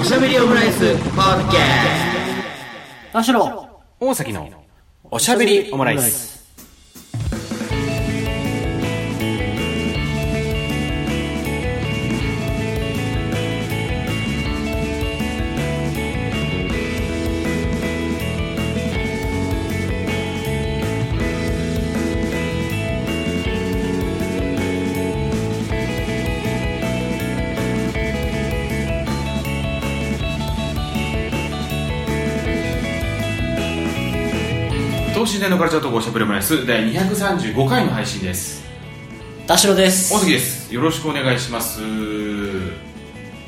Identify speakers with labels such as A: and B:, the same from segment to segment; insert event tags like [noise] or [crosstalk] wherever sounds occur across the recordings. A: おしゃべりオムライスポッドキャス
B: 田代
C: 大崎のおしゃべりオムライス。等身大のカルチャートークおしゃべりオムライス第235回の配信です。
B: 田代です
C: 大崎です。よろしくお願いします。おは
B: おはよう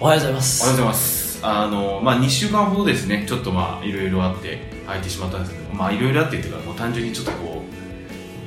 B: ございま
C: ようご
B: す
C: ざいます。あの、まあ、2週間ほどですね、ちょっとまあ、いろいろあって、入ってしまったんですけど、まあ、いろいろあってっていうか、もう単純にちょっとこ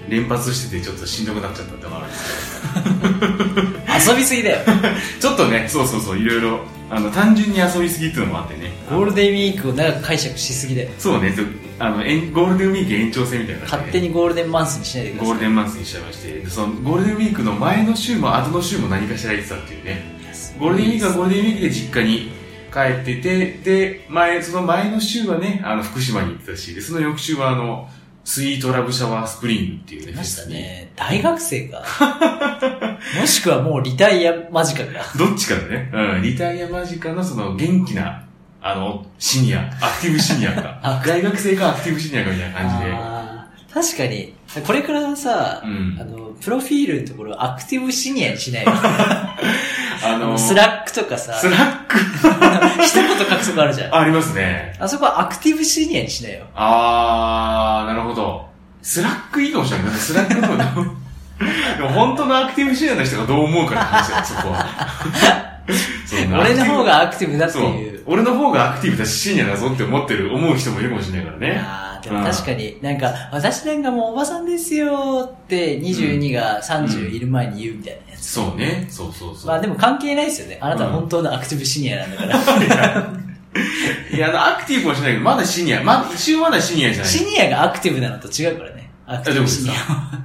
C: う、連発しててちょっとしんどくなっちゃったってのがあるんです
B: 遊びすぎだよ
C: けどちょっとね、そうそうそう、いろいろ、あの、単純に遊びすぎっていうのもあってね、
B: [laughs] ゴールデンウィークを長く解釈しすぎだよ
C: そうね、あの、えんゴールデンウィーク延長戦みたいな、ね。
B: 勝手にゴールデンマンスにしないでくだ
C: ゴ
B: さ
C: ールデンマンスにしちゃいましてでそのゴールデンウィークの前の週も後の週も何かしら言ってたっていうね
B: い
C: ゴールデンウィークはゴールデンウィークで実家に帰っててで前その前の週はねあの福島に行ってたしでその翌週はあのスイートラブシャワースプリングっていうね
B: ましたね大学生か [laughs] もしくはもうリタイア間近か
C: どっちかだね、うん、リタイア間近のその元気なあのシニアアクティブシニ
B: [laughs]
C: アか大学生かアクティブシニアかみたいな感じで
B: あー確かにこれからさ、
C: うん
B: あのプロフィールのところアクティブシニアにし
C: [laughs]
B: ない
C: あの
B: スラックとかさ
C: スラック
B: 一言書くとこあるじゃん
C: ありますね
B: あそこはアクティブシニアにしないよ
C: あー、なるほど。スラックいいかもしれない。だってスラック
B: [laughs]
C: の方がでも本当のアクティブシニアの人がどう思うかって話だよ、そこ
B: [laughs]
C: は。そう
B: 俺の方がアクティブだっていう
C: そう。俺の方がアクティブだし、シニアだぞって思ってる、思う人もいるかもしれないからね。
B: あーでも確かに、なんか、私なんかもうおばさんですよって、22が30いる前に言うみたいなやつ。
C: そうね。そうそうそう。
B: まあでも関係ないですよね。あなたは本当のアクティブシニアなんだから。
C: いや、あのアクティブもしないけど、まだシニア。まだ、一応まだシニアじゃない。
B: シニアがアクティブなのと違うからね。ア
C: ア
B: クティブシニア。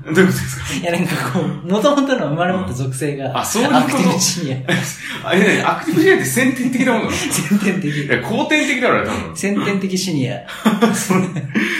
C: どういうことですか
B: いやなんかこう、元々の生まれ持った属性が、
C: うんあそういうこと
B: アクティブシニア。
C: あれね、アクティブシニアって先天的な
B: [laughs]
C: ものなのい
B: 先天的。
C: や、後天的だろ、あれ多分。
B: 先天的シニア。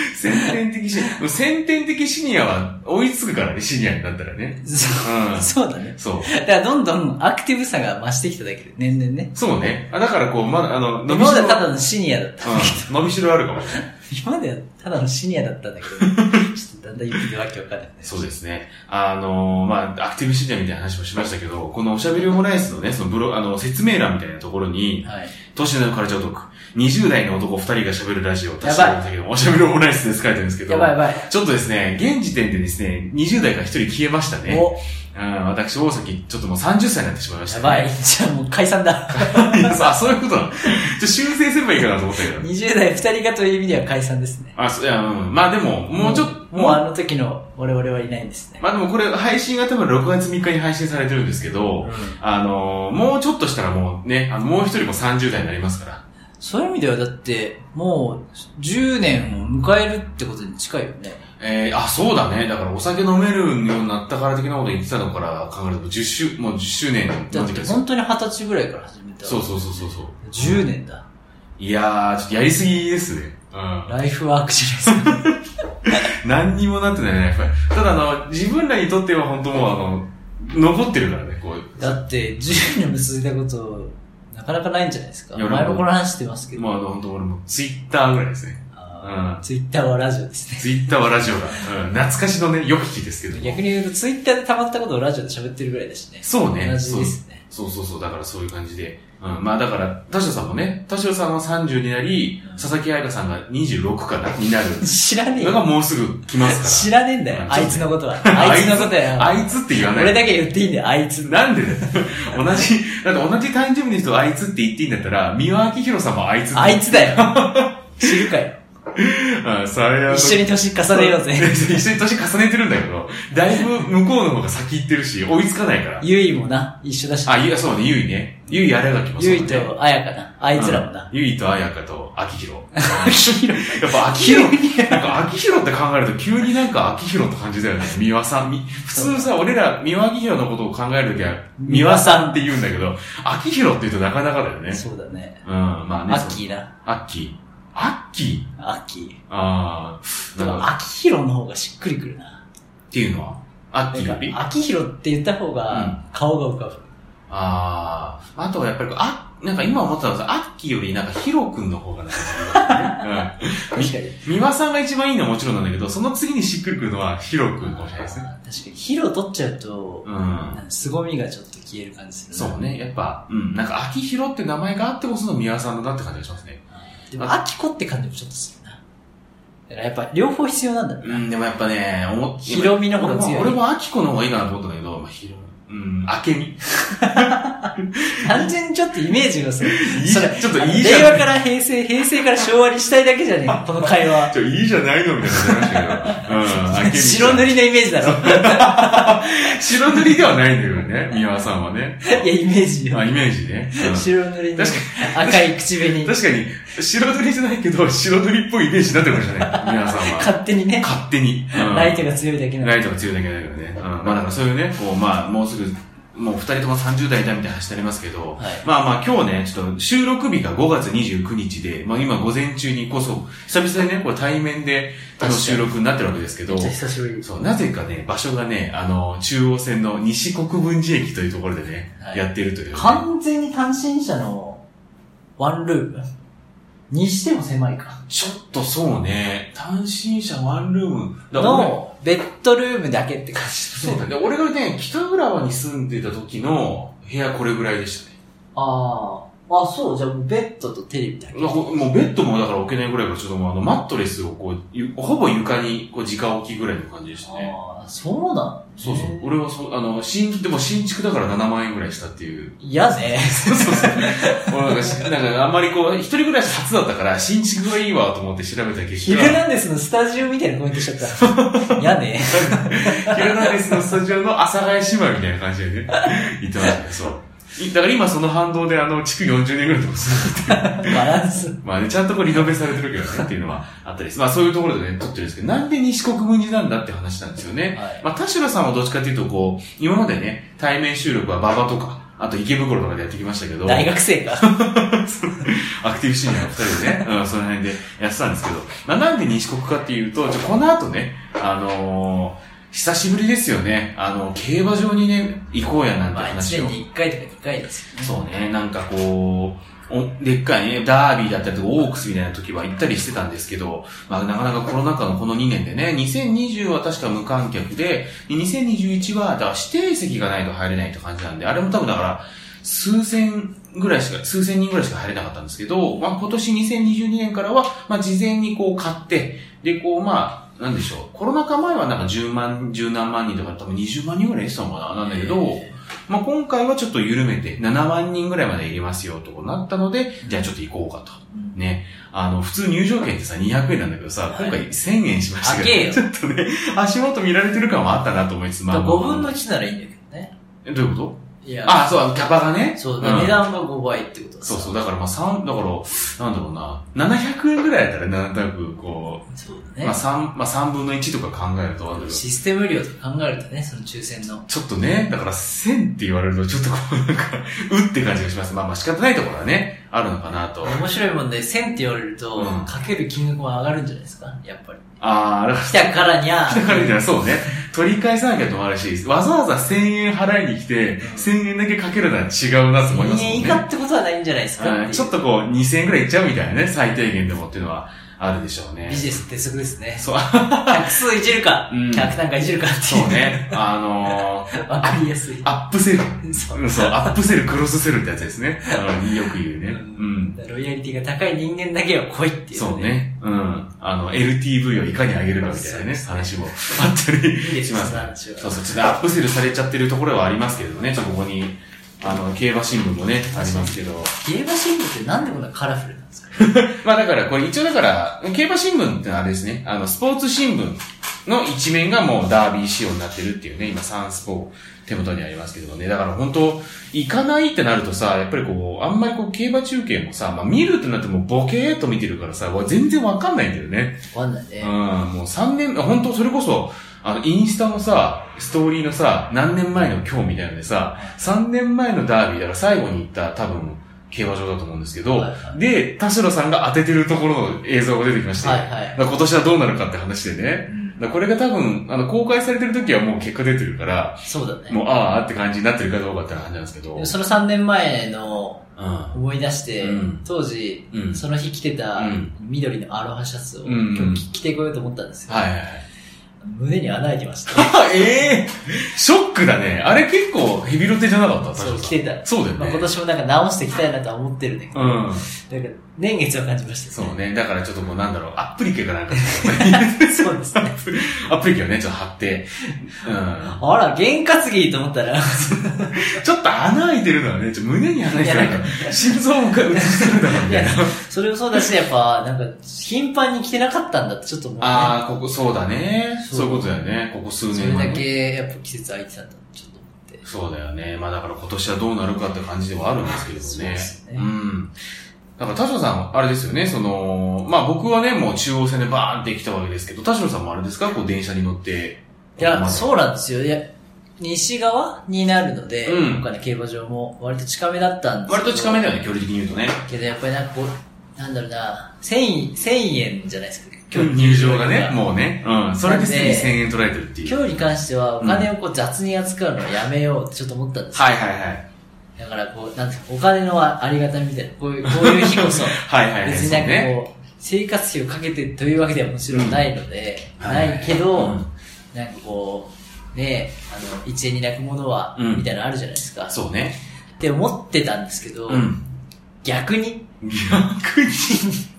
C: 先天的シニア。先天的シニアは追いつくからね、シニアになったらね。
B: そう
C: うん
B: [laughs] そうだね。
C: そう。
B: だからどんどんアクティブさが増してきただけで、年々ね。
C: そうね。あだからこう、まだ、あの、
B: 今
C: 伸び
B: ま
C: し
B: で
C: ろ
B: はただのシニアだった。
C: うん、伸びしろあるかもしれない。
B: 今まではただのシニアだったんだけ
C: [laughs]
B: ど、ちょっとだんだん言ってるわけわかんないね。
C: そうですね。あのまあ、アクティブシニアみたいな話もしましたけど、このおしゃべりオムライスのね、そのブロ、あの、説明欄みたいなところに、
B: はい。
C: 年のカルチャートーク、20代の男2人が喋るラジオ、
B: やばい
C: 確かにけど、おしゃべりオムライスで書いてるんですけど、
B: やばいやばい。
C: ちょっとですね、現時点でですね、20代から1人消えましたね。
B: お、
C: うん、私、大崎、ちょっともう30歳になってしまいました、
B: や
C: ね。
B: ばい。じゃあもう解散だ。
C: いや [laughs] そうあ、そういうことなの。ちょっと修正すればいいかなと思ったけど。
B: 20代2人がという意味では解散ですね。
C: あ、そういや、うん。まあでも、もうちょっと、
B: もうあ
C: も
B: の時の我々はいないんです
C: う、
B: ね。
C: まあでもこれ配信が多分6月3日に配信されてるんですけど、あのー、もうちょっとしたらもうね、あのもう一人も30代になりますから。
B: そういう意味ではだって、もう10年を迎えるってことに近いよね。
C: えー、あ、そうだね。だからお酒飲めるようになったから的なこと言ってたのから考えると、10周、もう10周年
B: だ
C: の
B: っ
C: 時
B: て
C: ですよ。
B: 本当に20歳ぐらいから始めた。
C: そうそうそうそうそう。
B: 10年だ。
C: いやー、ちょっとやりすぎですね。うん。
B: ライフワークじゃないですか。
C: 何にもなってないね、やっぱり。ただあの、自分らにとっては本当もうあの、残ってるからね、こう。
B: だって10年も続いたこと、なかなかないんじゃないですか。
C: いや
B: 前
C: 俺も
B: もこの話してますけど。
C: まあ、あの、本当俺も、ツイッターぐらいですね。
B: あー
C: うん
B: ツイッターはラジオですね。
C: ツイッターはラジオだ。うん、懐かしのね、よく聞きですけども。
B: 逆に言うと、ツイッターで溜まったことをラジオで喋ってるぐらいだしね。
C: そうね。
B: 同じですね。
C: そうそうそうそう、だからそういう感じで。うん、まあだから、田代さんもね、田代さんは30になり、佐々木彩香さんが26かな、になる
B: 知らねえ
C: のが
B: よ。
C: もうすぐ来ま
B: [laughs]
C: す
B: 知
C: から
B: ねえんだよ
C: う、ん
B: あいつのことは。あいつのこと
C: ら。
B: はよ。
C: あいつって言わない。
B: 俺だけ言っていいんだよ、あいつ。
C: なんでだよ同じ、だって同じ誕生日の人をあいつって言っていいんだったら、三輪明宏さんもあいつって [laughs]
B: あいつだよ。知るかよ。
C: あそれは
B: 一緒に年重ねようぜ。
C: [laughs] 一緒に年重ねてるんだけど、だいぶ向こうの方が先行ってるし、追いつかないから。
B: ゆいもな、一緒だし。
C: あ、ゆい、そうね、ゆいね。ゆいあれがきます
B: ゆいとあやかな。あいつらもな。
C: ゆいとあやかとあきひろ。
B: 秋広。
C: やっぱあきひろ、なんかあきひろって考えると急になんかあきひろって感じだよ
B: [laughs]
C: ね。三輪さん。み普通さ、俺ら三輪あきひろのことを考えるときは、三輪さんって言うんだけど、あきひろって言うとなかなかだよね。
B: そうだね。
C: うん、まあね。
B: アッキーな。
C: アッキー。アッキー
B: アッキ
C: あ
B: ー。
C: あ、
B: で
C: なん
B: も、
C: か、
B: アキヒロの方がしっくりくるな。
C: っていうのは、アッ
B: な
C: キ
B: ん
C: ー
B: か
C: より、あ
B: アキヒロって言った方が、顔が浮かぶ。
C: あー、あとはやっぱりこう、あ、なんか今思ったのは、アッキーよりなんかヒロ君の方がな
B: [laughs]
C: んか、ね、
B: 確かに。
C: うん。美輪さんが一番いいのはもちろんなんだけど、その次にしっくりくるのはヒロ君かもしれないですね。
B: 確かに、ヒロ取っちゃうと、
C: うん。
B: 凄みがちょっと消える感じするな
C: そうね、やっぱ、うん、なんか、秋広って名前があってこその美輪さんだなって感じがしますね。
B: でも、アキコって感じもちょっとするな。だからやっぱ、両方必要なんだろう
C: う
B: な。
C: ん、でもやっぱね、思っ
B: ヒロミの方が強い
C: 俺も、俺も秋子の方がいいかなと思ったんだけど、まあ、ヒロうん、明美。いい
B: 単純にちょっとイメージがする。
C: じ
B: そ
C: ゃ
B: れ
C: ん、ちょっといいじゃん
B: 令。和から平成、平成から昭和にしたいだけじゃねえか、この会話。
C: ちょ、いいじゃないのみたいな感じ [laughs] になりましたけど。うん、明美ちゃん
B: 白塗りのイメージだろ。
C: 白塗りではないんだけどね、三輪さんはね。
B: [laughs] いや、イメージよ
C: あ、。イメージね。うん
B: 白塗りの
C: 確
B: 赤い口紅。
C: 確かに、白塗りじゃないけど、白塗りっぽいイメージになってるかもしれない。三輪さんは。
B: 勝手にね、
C: 勝手に。うん
B: ライトが強いだけなの
C: ライトが強いだけだけどね。うん、まあだからそういうね、こう、まあ、もうすぐ、もう二人とも30代だみたいな話になりますけど、
B: はい
C: まあまあ今日ね、ちょっと収録日が5月29日で、まあ今午前中にこそ、久々にね、これ対面であの
B: 確かに
C: 収録になってるわけですけど、
B: めっちゃ久しぶり。
C: そう、なぜかね、場所がね、あの、中央線の西国分寺駅というところでね、
B: はい
C: やってるという、ね。
B: 完全に単身者のワンルームにしても狭いか。
C: ちょっとそうね、単身者ワンルーム。だから俺
B: の、ベッドルームだけって感じ
C: そうだね。俺がね、北浦和に住んでた時の部屋これぐらいでしたね。
B: ああ。あ、そう、じゃあベッドとテレビだけ。
C: まあほもうベッドもだから置けないぐらいから、ちょっともうあの、マットレスをこう、ゆほぼ床にこう、直置きぐらいの感じでしたね。
B: ああ、そうなの
C: そうそう
B: へ。ー
C: 俺はそう、あの、新、でも新築だから7万円ぐらいしたっていう。
B: 嫌ね。
C: そうそうそう。俺 [laughs] なんかし、なんかあんまりこう、一人暮らし初だったから、新築がいいわと思って調べた結
B: ヒル
C: [laughs] 果、
B: ナンデスのスタジオみたいなコメントしちゃ
C: [laughs]
B: った。嫌ね。
C: ヒルナンデスのスタジオの阿 [laughs] 佐ヶ谷姉妹みたいな感じでね、言ってましたね。そう。いだから今その反動であの、築40年ぐらいのとこ住んでる
B: バランス。
C: まあね、ちゃんとこうリノベされてるけどねっていうのはあったりする。まあそういうところでね、撮ってるんですけど、なんで西国分寺なんだって話なんですよね。
B: はい
C: まあ田代さんはどっちかっていうとこう、今までね、対面収録は馬場とか、あと池袋とかでやってきましたけど、
B: 大学生か。
C: アクティブシニアの二人
B: [laughs]
C: でね、うん、その辺でやってたんですけど、まあなんで西国かっていうと、じゃあこの後ね、あのー、久しぶりですよね。あの、競馬場にね、行こうやなんて
B: まあ、1
C: 話を。
B: 年に1回とか2回ですよね。
C: そうね、なんかこう、おでっかいね、ダービーだったりとか、オークスみたいな時は行ったりしてたんですけど、まあなかなかコロナ禍のこの2年でね、2020は確か無観客で、2021は、だから指定席がないと入れないって感じなんで、あれも多分だから、数千ぐらいしか、数千人ぐらいしか入れなかったんですけど、まあ今年2022年からは、まあ事前にこう買って、で、こうまあ、なんでしょう、コロナ禍前はなんか10万、10何万人とか、多分20万人ぐらいいてたのかな、なんだけど、まあ、今回はちょっと緩めて、7万人ぐらいまで入れますよ、となったので、じゃあちょっと行こうかと。
B: うん
C: ね。あの、普通入場券ってさ、200円なんだけどさ、
B: はい
C: 今回1000円しました
B: 高え
C: け
B: よ
C: ど、ちょっとね、足元見られてる感はあったなと思いつつ、まあ、
B: 5分の1ならいいんだけどね。
C: えどういうこと
B: いや、
C: あ、そう、キャパがね。
B: そう、
C: ん
B: 値段が5倍ってことだ
C: そうそう、だからまあ3、だから、なんだろうな、700円ぐらいだったら、なんとなく、こ
B: そう
C: う、
B: だね
C: まあ。3、まあ3分の1とか考えると、あるけど
B: システム量とか考えるとね、その抽選の。
C: ちょっとね、だから1000って言われると、ちょっとこう、なんか、うって感じがします。まあまあ仕方ないところはね、あるのかなと。
B: 面白いもんで、1000って言われると、
C: うん
B: かける金額も上がるんじゃないですか、やっぱり。
C: あー、だか
B: 来たからにゃ
C: ら、だからみたいな、そうね。取り返さなきゃともあるし、わざわざ1000円払いに来て、1000円だけかけるのは違うなと思いま
B: 1000
C: すもん
B: 円以
C: ね。
B: 下ってことはないんじゃないですか
C: はい
B: ていう
C: ちょっとこう、2000円くらいいっちゃうみたいなね、最低限でもっていうのはあるでしょうね
B: ビ。ジネスってそこですね。
C: そう、
B: 客数いじるか、
C: うん
B: 客単価いじるかっていう。
C: そう。ね。あの
B: [laughs]
C: ー、
B: わかりやすい。
C: アップセル。
B: そう。
C: うんそう、アップセル、クロスセルってやつですね。あのよく言う
B: う
C: ね。うん。
B: ロイヤリティが高い人間だけは来いっていう、
C: そう。ね。うん。あの、LTV をいかに上げるかみたいなね、話もあったり
B: いいです
C: し
B: ね、
C: ま
B: そ
C: す
B: の話は。
C: そうそう、ちょっとアップセルされちゃってるところはありますけれどもね、ちょっとここにあの、競馬新聞もね、ありますけど。
B: 競馬新聞ってなんでこんなカラフルなんですか
C: まあだから、これ一応だから、競馬新聞ってのはあれですね、あの、スポーツ新聞の一面がもうダービー仕様になってるっていうね、今サンスポ手元にありますけどもね、だから本当行かないってなるとさ、やっぱりこう、あんまりこう、競馬中継もさ、まあ見るってなってもボケーっと見てるからさ、わ全然わかんないんだよね。
B: わかんない
C: うん、
B: ね。
C: もう3年、本当それこそ、あの、インスタのさ、ストーリーのさ、何年前の今日みたいのでさ、3年前のダービーだから最後に行った多分、競馬場だと思うんですけど、
B: はいは
C: で、田代さんが当ててるところの映像が出てきまして、
B: はい
C: だか
B: はい。
C: ら今年はどうなるかって話で
B: う
C: ね、だ
B: ん
C: からこれが多分、あの、公開されてる時はもう結果出てるから、
B: そうだね。
C: もう、ああって感じになってるかどうかって話なんですけど、
B: その3年前の
C: う
B: 思い出して、
C: うん
B: 当時、
C: ん。うん。
B: その日着てた
C: うん
B: 緑のアロハシャツを、
C: うん
B: 今日着着てこようと思ったんですよ。
C: はいはいはい。
B: 胸に穴開いてました。
C: あ、
B: [laughs]
C: ええショックだね。あれ結構ヘビロテじゃなかった田
B: そ
C: 代
B: う、
C: さん
B: 着てた。
C: そうだよね。
B: まあ、今年もなんか直していきたいなとは思ってるんだけど、
C: うん。
B: なんか年月を感じました
C: そうね。だからちょっとこうなんだろう、アップリケかなんか、
B: ね。 [laughs] そうですね。
C: アップリケをね、ちょっと貼って、うん。
B: あら、験担ぎと思ったら、
C: ちょっと穴開いてるのはね、ちょっと胸に穴開いてる
B: いや
C: のは、心臓も映してるんだもん
B: いや
C: ね。
B: それもそうだし、やっぱ、なんか、頻繁に着てなかったんだってちょっと思う、ね。
C: ああ、ここ、そうだね。
B: そう
C: そういうことだよね。ここ数
B: そ
C: 年
B: れ
C: は
B: だ
C: ね
B: け、やっぱ季節空いてたんだってちょっと思って。
C: そうだよね。まあだから今年はどうなるかって感じではあるんですけれどもね。
B: そうですね
C: ん。だから田代さん、あれですよね、その、まあ僕はね、もう中央線でバーンって来たわけですけど、田代さんもあれですかこう電車に乗って。
B: いや、
C: う。
B: そうなんですよ。いや、西側になるので、
C: うん
B: 他の競馬場も割と近めだったんです
C: 割と近めだ
B: よ。
C: よね、距離的に言うとね。
B: けどやっぱりなんかこう、なんだろうな、1000、千円じゃないですか。
C: 入場がね、もうね。うん。それですでに
B: なんで
C: 1000円取られてるっていう。
B: 今日に関してはお金をこう雑に扱うのはやめようってちょっと思ったんですよ。
C: はいはいはい。
B: だからこう、なんていうかお金のありがたみみたいな、こういう、こういう日こ
C: [laughs]
B: そ、
C: はいはいはい。
B: 別になんかこう、生活費をかけてというわけではもちろんないので、
C: うんはい
B: ないけど、
C: うん
B: なんかこう、ねあの、一円に泣くものは、
C: うん
B: みたいなのあるじゃないですか。
C: そうね。
B: って思ってたんですけど、
C: そうね。うん。
B: 逆に、
C: 逆に、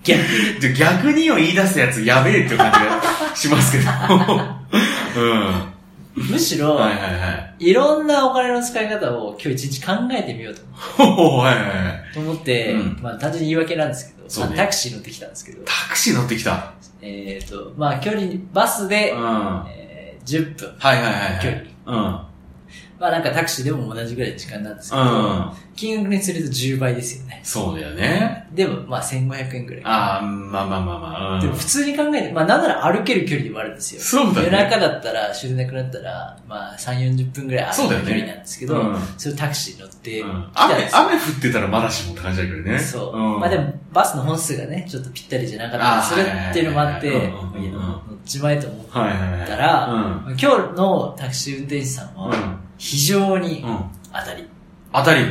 B: 逆に、
C: じゃあ逆にを言い出すやつやべえって感じがしますけど。うん。 [laughs]
B: むしろ、
C: はい
B: い
C: はいはい。
B: ろんなお金の使い方を今日一日考えてみようと
C: ほほはいはいはい。
B: と思って、
C: うん
B: まあ単純に言い訳なんですけど、
C: そうね
B: まあタクシー乗ってきたんですけど、
C: タクシー乗ってきた。
B: えっ、と、まあ距離、バスで、
C: うん。はい
B: えー10分、
C: はいはい。
B: 距離。
C: う
B: まあなんかタクシーでも同じぐらいの時間なんですけど、
C: ん。うん。
B: 金額にすると10倍ですよね。
C: そうだよね。
B: でも、まあ1500円ぐらい。
C: ああ、まあまあまあまあ。う
B: で
C: ん
B: も普通に考えて、まあなんなら歩ける距離でもあるんですよ。
C: そうだね。
B: 夜中だったら、終電なくなったら、まあ3、40分ぐらい歩
C: そうだよ
B: く
C: ね
B: 距離なんですけど、
C: うん
B: それをタクシーに乗って
C: う
B: 来た
C: ん
B: ん
C: 雨、
B: ですよ。
C: 雨降ってたらまだしもって感じだけどね。
B: そう。
C: ん
B: まあでも、バスの本数がね、ちょっとぴったりじゃなかったりするっていうのもあって、
C: あーはいはいはいはいうんうんうん
B: 乗っちまえと思っ
C: はいはいはい。
B: たら、
C: う
B: 今
C: ん。
B: 日のタクシー運転手さんは、
C: うん。
B: 非常に
C: うん。
B: 当たり。
C: 当たり。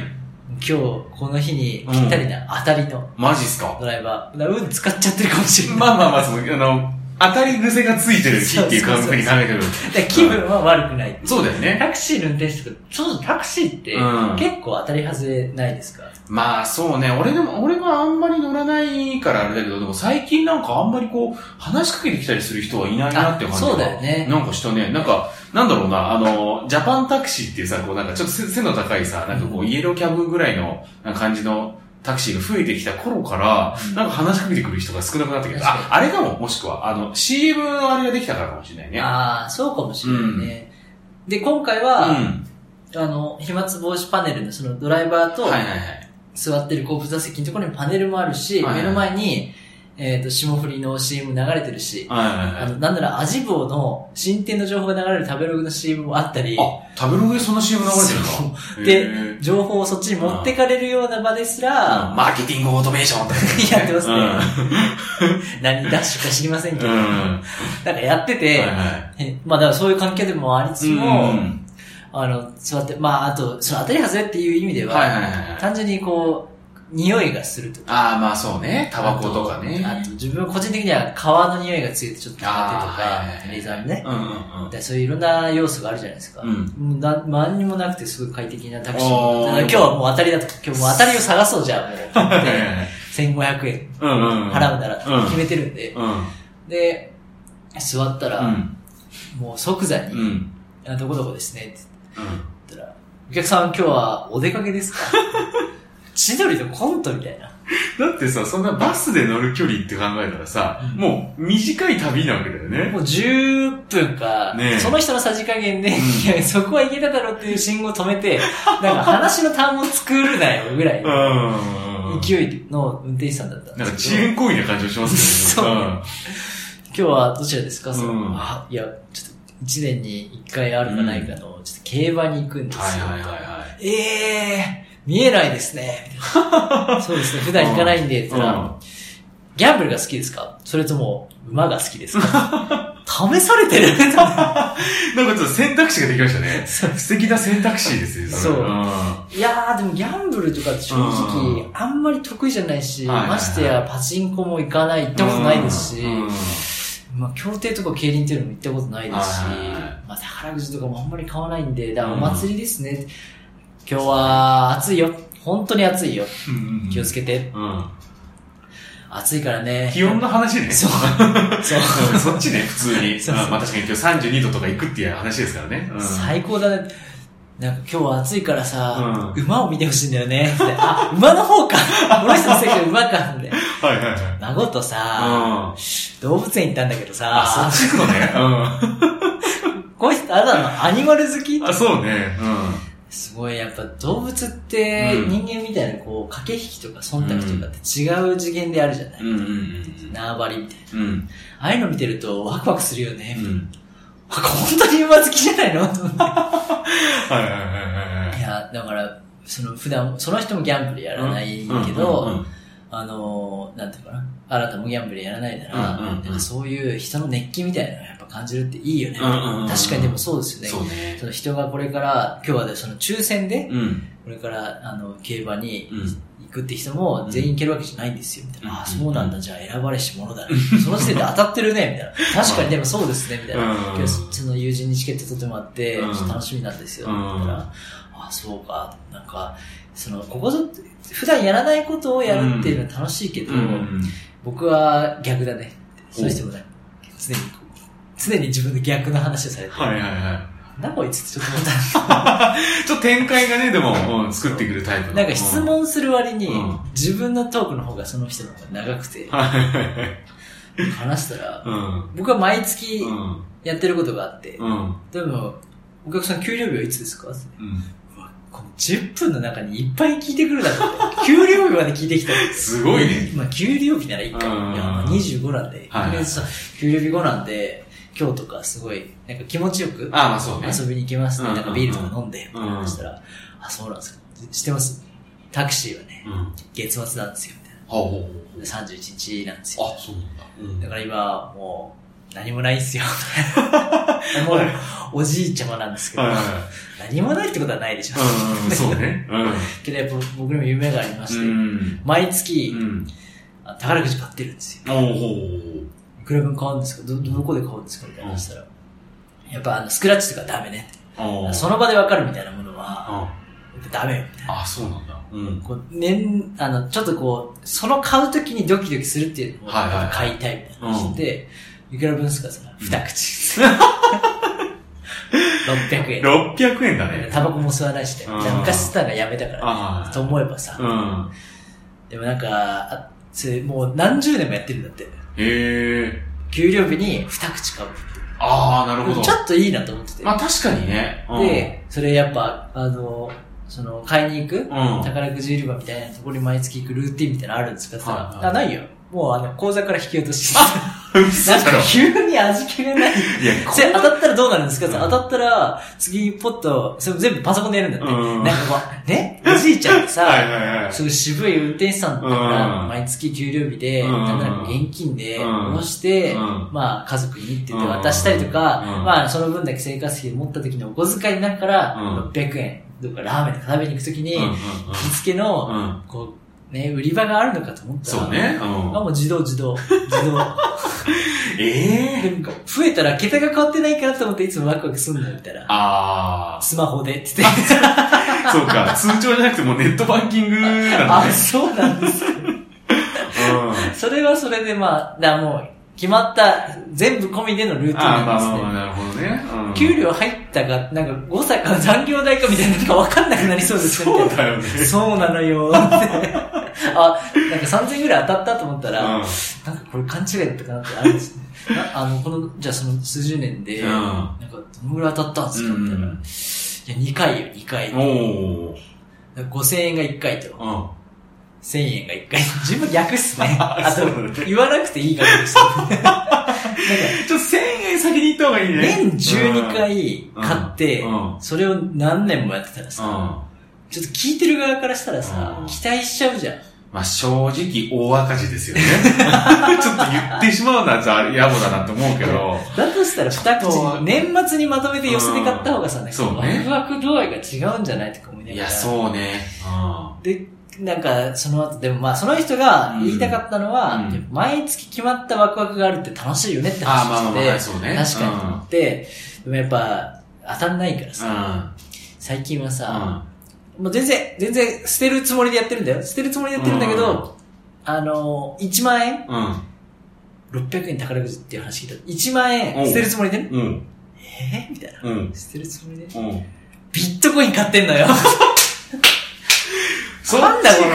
B: 今日、この日にぴったりな当たりの
C: マジっすか
B: ドライバー。だから運使っちゃってるかもしれない。
C: まあまあまあ、その、あの、当たり癖がついてる日っていう感覚に考えてる。
B: だから気分は悪くない。
C: そうだよね。
B: タクシーの運転手とか、ちょっとタクシーって、
C: うん
B: 結構当たり外れないですか、
C: まあそうね、俺でも、俺はあんまり乗らないからあれだけど、でも最近なんかあんまりこう、話しかけてきたりする人はいないなって感じが
B: あそうだよね
C: なんかしたね。なんか、なんだろうな、あの、ジャパンタクシーっていうさ、こうなんかちょっと背背の高いさ、なんかこう、イエローキャブぐらいのなんか感じのタクシーが増えてきた頃から、なんか話しかけてくる人が少なくなってきた。
B: 確か
C: あ、あれかも、もしくは、あの、CM のあれができたからかもしれないね。
B: ああ、そうかもしれないね。で、今回は、
C: うん。
B: あの、飛沫防止パネルのそのドライバーと
C: はいはいはい。
B: 座ってる後部座席のところにパネルもあるし、
C: はいはい
B: 目の前に、えっ、と、霜降りの CM 流れてるし、
C: はいはいはい
B: あの、なんならアジボーの進展の情報が流れる食べログの CM もあったり、
C: あ、食べログでそんな CM 流れてる
B: そ
C: んだ。
B: で
C: へ、ー、
B: 情報をそっちに持ってかれるような場ですら、
C: マーケティングオートメーションとか
B: [laughs] やってますね。 [laughs] 何ダッシュか知りませんけ
C: う
B: ど、
C: ん。
B: なん
C: は
B: かやって
C: い
B: て、
C: は
B: えまあだからそういう環境でもありつつ
C: い。
B: も、
C: うん
B: あの、座って、まああと、その当たり外れっていう意味では、
C: はいはいはいはい。
B: 単純にこう、匂いがするとか。
C: ああ、まあそうね。タバコとかね。
B: あと、あと自分個人的には皮の匂いが強いとちょっと苦手と
C: あーはいはい
B: か
C: は、い
B: レーザーにね。
C: うんうん
B: でそういういろんな要素があるじゃないですか。
C: うん
B: もうな何にもなくてすごい快適なタクシー。
C: おー
B: だから今日はもう当たりだと。今日もう当たりを探そうじゃあもう。1500円
C: うん。うんうん。
B: 払うなら
C: うん
B: 決めてるんで。
C: うん。
B: で、座ったら、
C: うん。
B: もう即座に、
C: うん。
B: あどこどこですねって
C: うん。
B: 言ったら、お客さん今日はお出かけ
C: [laughs]
B: ですか千鳥とコントみたいな。
C: だってさ、そんなバスで乗る距離って考えたらさ、
B: うん
C: もう短い旅なわけだよね。
B: もう10分か、
C: ねえ
B: その人のさじ加減で、いや、そこはいけただろうっていう信号を止め
C: [laughs]
B: て、なんか話の単語作るなよぐらいの
C: うん。
B: 勢いの運転手さんだったん
C: なんか
B: です
C: 遅
B: けど、
C: 延行為な感じがします
B: そう
C: よね。うん
B: 今日はどちらですか、その
C: うん
B: あいや、ちょっと1年に1回あるかないかの、ちょっと競馬に行くんですよ。
C: はいはいはいはい。
B: ええー、見えないです [laughs] ね。そうですね、普段行かないんで、って言ったら、
C: うん
B: ギャンブルが好きですかそれとも、馬が好きですか [laughs] 試されてる
C: なんかちょっと選択肢ができましたね。
B: そう
C: 素敵な選択肢ですね、れ
B: そう
C: うん
B: いやー、でもギャンブルとかって正
C: う
B: 直、あんまり得意じゃないし、
C: はいはいはい
B: ましてやパチンコも行かない、行ったことないですし、
C: うん
B: まあ、競艇とか競輪っていうのも行ったことないですし
C: はいはいはい、
B: まあ、宝くじとかもあんまり買わないんで、だから
C: う
B: お
C: ん
B: 祭りですね。今日は暑いよ。本当に暑いよ。
C: うん
B: 気をつけて。
C: うん。
B: 暑いからね。
C: 気温の話ね。
B: そう。そう。
C: うんそっちね、普通に。
B: そうそう
C: うんまあ確かに今日32度とか行くっていう話ですからね。うん
B: 最高だね。なんか今日は暑いからさ、
C: う
B: 馬を見てほしいんだよね。ってあ、馬の
C: [laughs]
B: 方か。俺の人の世界馬か。で
C: はいはいはい。
B: 孫とさ、
C: あ、
B: 動物園行ったんだけどさ、
C: あそっち行くのね。
B: こいつあれだの、アニマル好き
C: うん。あ、そうね。うん。
B: すごい、やっぱ動物って
C: うん
B: 人間みたいなこう、駆け引きとか忖度とかって違う次元であるじゃない、
C: うんうん
B: 縄張りみたいな。
C: うん。うん。
B: ああいうの見てるとワクワクするよね。
C: うん。
B: あ本当に馬好きじゃないのと思って
C: はいはいはいはいはい
B: いや、だから、その普段、その人もギャンブルやらない
C: うん。
B: け
C: うんうんう
B: ど、
C: ん
B: あの、なんていうのかな、あなたもギャンブルやらないなら、
C: うんうんうん
B: なんかそういう人の熱気みたいなのをやっぱ感じるっていいよね。
C: うんうんうんうん
B: 確かにでもそうですよ
C: そ
B: ね。
C: うね
B: そ。の人がこれから、今日はねその抽選で、
C: うん。
B: これからあの競馬に
C: うん。
B: 行くって人も全員行けるわけじゃないんですよ、みたいな。
C: うん
B: ああ、そうなんだ、じゃあ選ばれし者だね。その時点で当たってるね、みたいな。確かにでもそうですね、みたいな。
C: うん
B: 今日その友人にチケット取ってもらって、
C: うん
B: ちょっと楽しみなんですよ、って言ったら、ああ、そうか、なんか、その、ここぞ、普段やらないことをやるっていうのは楽しいけど、
C: うん。
B: 僕は逆だね。そうしてもない。常にこう、常に自分の逆の話をされて、
C: はいはいは
B: なこいつってちょっと思った
C: い。ちょっと展開がね、でも、うん作ってくるタイプの
B: なんか質。問する割に、
C: うん
B: 自分のトークの方がその人の方が長くて
C: うん、はいはいはい。
B: 話したら、
C: うん。
B: 僕は毎月
C: うん。
B: やってることがあって、
C: うん。
B: でも、お客さん給料日はいつですか
C: うん。
B: この10分の中にいっぱい聞いてくるだろう。給料日まで聞いてきた。
C: [laughs] すごいね。
B: まあ、給料日ならいいか。いや
C: うん
B: まあ25なんで、
C: はい
B: とりあえずさ給料日後なんで、今日とかすごい、なんか気持ちよく
C: ああ、まあそうね。
B: 遊びに行きますね。
C: うん
B: なんかビールとか飲んで、みた
C: うん
B: いな話したら、あ、そうなんですか。してます。タクシーはね、
C: うん。
B: 月末なんですよ、みたいな。
C: ほうほう
B: 31日なんです
C: ほう
B: よ。
C: あ、そうなんだ。うん
B: だから今、もう、何もないんす
C: [laughs]
B: よ。もう、おじいちゃまなんですけど
C: はい、はいはい。
B: 何もないってことはないでしょ。
C: うん、そう
B: [laughs]
C: ね。
B: けどやっぱ僕にも夢がありま
C: う
B: して、
C: ん。
B: 毎
C: う
B: 月、
C: ん。
B: あ宝くじ買ってるんですよ。
C: おお
B: いくら分買うんですかど、どこで買うんですかみたいな話したら。やっぱあの、スクラッチとかダメね。
C: お
B: その場でわかるみたいなものは、
C: あ、
B: やっぱダメよ、みたいな。
C: そうなんだ。うん。
B: こう、年、あの、ちょっとこう、その買うときにドキドキするっていうのを、
C: はいはいはい
B: 買いたいみたいな話で、いくら分ですかさ、二
C: [laughs]
B: 口。600円。
C: 600円だね。
B: タバコも吸わないしね、
C: うん
B: 昔吸ったのがやめたか
C: あ
B: ら、
C: あ
B: と思えばさ、
C: うん。
B: でもなんか、あそれもう何十年もやってるんだって。
C: へえ。
B: 給料日に二口買うっ
C: ああ、なるほ
B: て。
C: ど
B: ち。ょっといいなと思ってて。
C: まあ確かにね。
B: で、それやっぱ、あの、その、買いに行く、
C: ん
B: 宝くじ売り場みたいなところに毎月行くルーティンみたいなのあるんですかって言ったら
C: はいはい
B: あ、ないよ。もうあの、口座から引き落とし。な
C: うん。 [laughs] 嘘
B: ん
C: だ
B: か
C: ろ。
B: 急に味気が
C: [laughs]
B: ない。
C: いや、こ
B: それ当たったらどうなるんですかって
C: うん
B: 当たったら、次、ポッと、それも全部パソコンでやるんだって。
C: うん
B: なんかこう、ね、おじいちゃんってさ、
C: はいはいはい。
B: そういう渋い運転手さんだった
C: う
B: ら、
C: ん
B: 毎月給料日で、
C: うん
B: なんとなく現金で、
C: うん
B: 下ろして、
C: うん
B: まあ、家族にって言って渡したりとか、
C: うん
B: まあ、その分だけ生活費持った時のお小遣いになるから、
C: うん
B: 600円、どっかラーメンとか食べに行く時に、
C: うん
B: 行きつけの、
C: うんうん。
B: こう、ね、売り場があるのかと思ったら、
C: そうね。う
B: あ、
C: ん。
B: もう自動自動、自動。 [laughs]
C: え
B: で
C: え。
B: なんか増えたら桁が変わってないかなと思って、いつもワクワクすんのみたいな。
C: あ
B: スマホで、つって。
C: あ。そうか。通常じゃなくてもうネットバンキングなんだ
B: [laughs] あ、
C: ね。
B: そうなんですか。
C: うん。
B: それはそれでまあ、だからもう、決まった、全部込みでのルーティン
C: ああ、ま
B: なん
C: あ
B: です
C: まあ
B: ね
C: ま。あ、なるほどね。うん
B: 給料入ったか、なんか誤差か残業代かみたいなのが分かんなくなりそうです
C: そう
B: みたい
C: だよね。
B: なそうなのよって。あ、なんか3000円ぐらい当たったと思ったら、
C: うん
B: なんかこれ勘違いだったかなってあるんですね。なあの、この、じゃあその数十年で、
C: うん
B: なんかどのぐらい当たったんですかみたいな。
C: うん
B: いや、2回よ、2回。
C: おー。
B: 5000円が1回と、
C: うん。
B: 1000円が1回。 [laughs] 自分逆っす [laughs] ね。あ
C: そうだ
B: と、言わなくていいからです。なんか、
C: ちょっと1000円先に行った方がいいね。
B: 年12回
C: うん
B: 買って
C: うん、うん
B: それを何年もやってたら
C: うん。
B: さ、
C: ま
B: ちょっと聞いてる側からしたらさ
C: う、ん
B: 期待しちゃうじゃん。
C: あ正直大赤字ですよね。 [laughs] ちょっと言ってしまうのはちょっと野暮だなと思うけど。
B: だとしたら二
C: ちょ
B: 口、
C: っと
B: 年末にまとめて寄せて買った方がさ、なんか
C: そうね
B: ワクワク度合いが違うんじゃないとか思いないがら。
C: や、そうね。うん。
B: で、なんか、その後、でもまあ、その人が言いたかったのは、
C: うんうん
B: 毎月決まったワクワクがあるって楽しいよねって
C: ああ、まあ
B: 話
C: ま
B: を
C: あ
B: し
C: まあ
B: て
C: は
B: て
C: い、、そうね。
B: 確かにと思って、でもやっぱ、当たんないからさ、最近はさ、もう全然、全然捨てるつもりでやってるんだよ。捨てるつもりでやってるんだけど、あの、1万円
C: うん。うん。
B: 600円宝くじっていう話聞いた。1万
C: お
B: 円
C: う
B: 捨てるつもりでね。
C: うん。うん。
B: えー、みたいな。
C: うん。
B: 捨てるつもりで
C: うん。
B: ビットコイン買ってんのよ。
C: [laughs] そっち
B: なんだこ
C: か。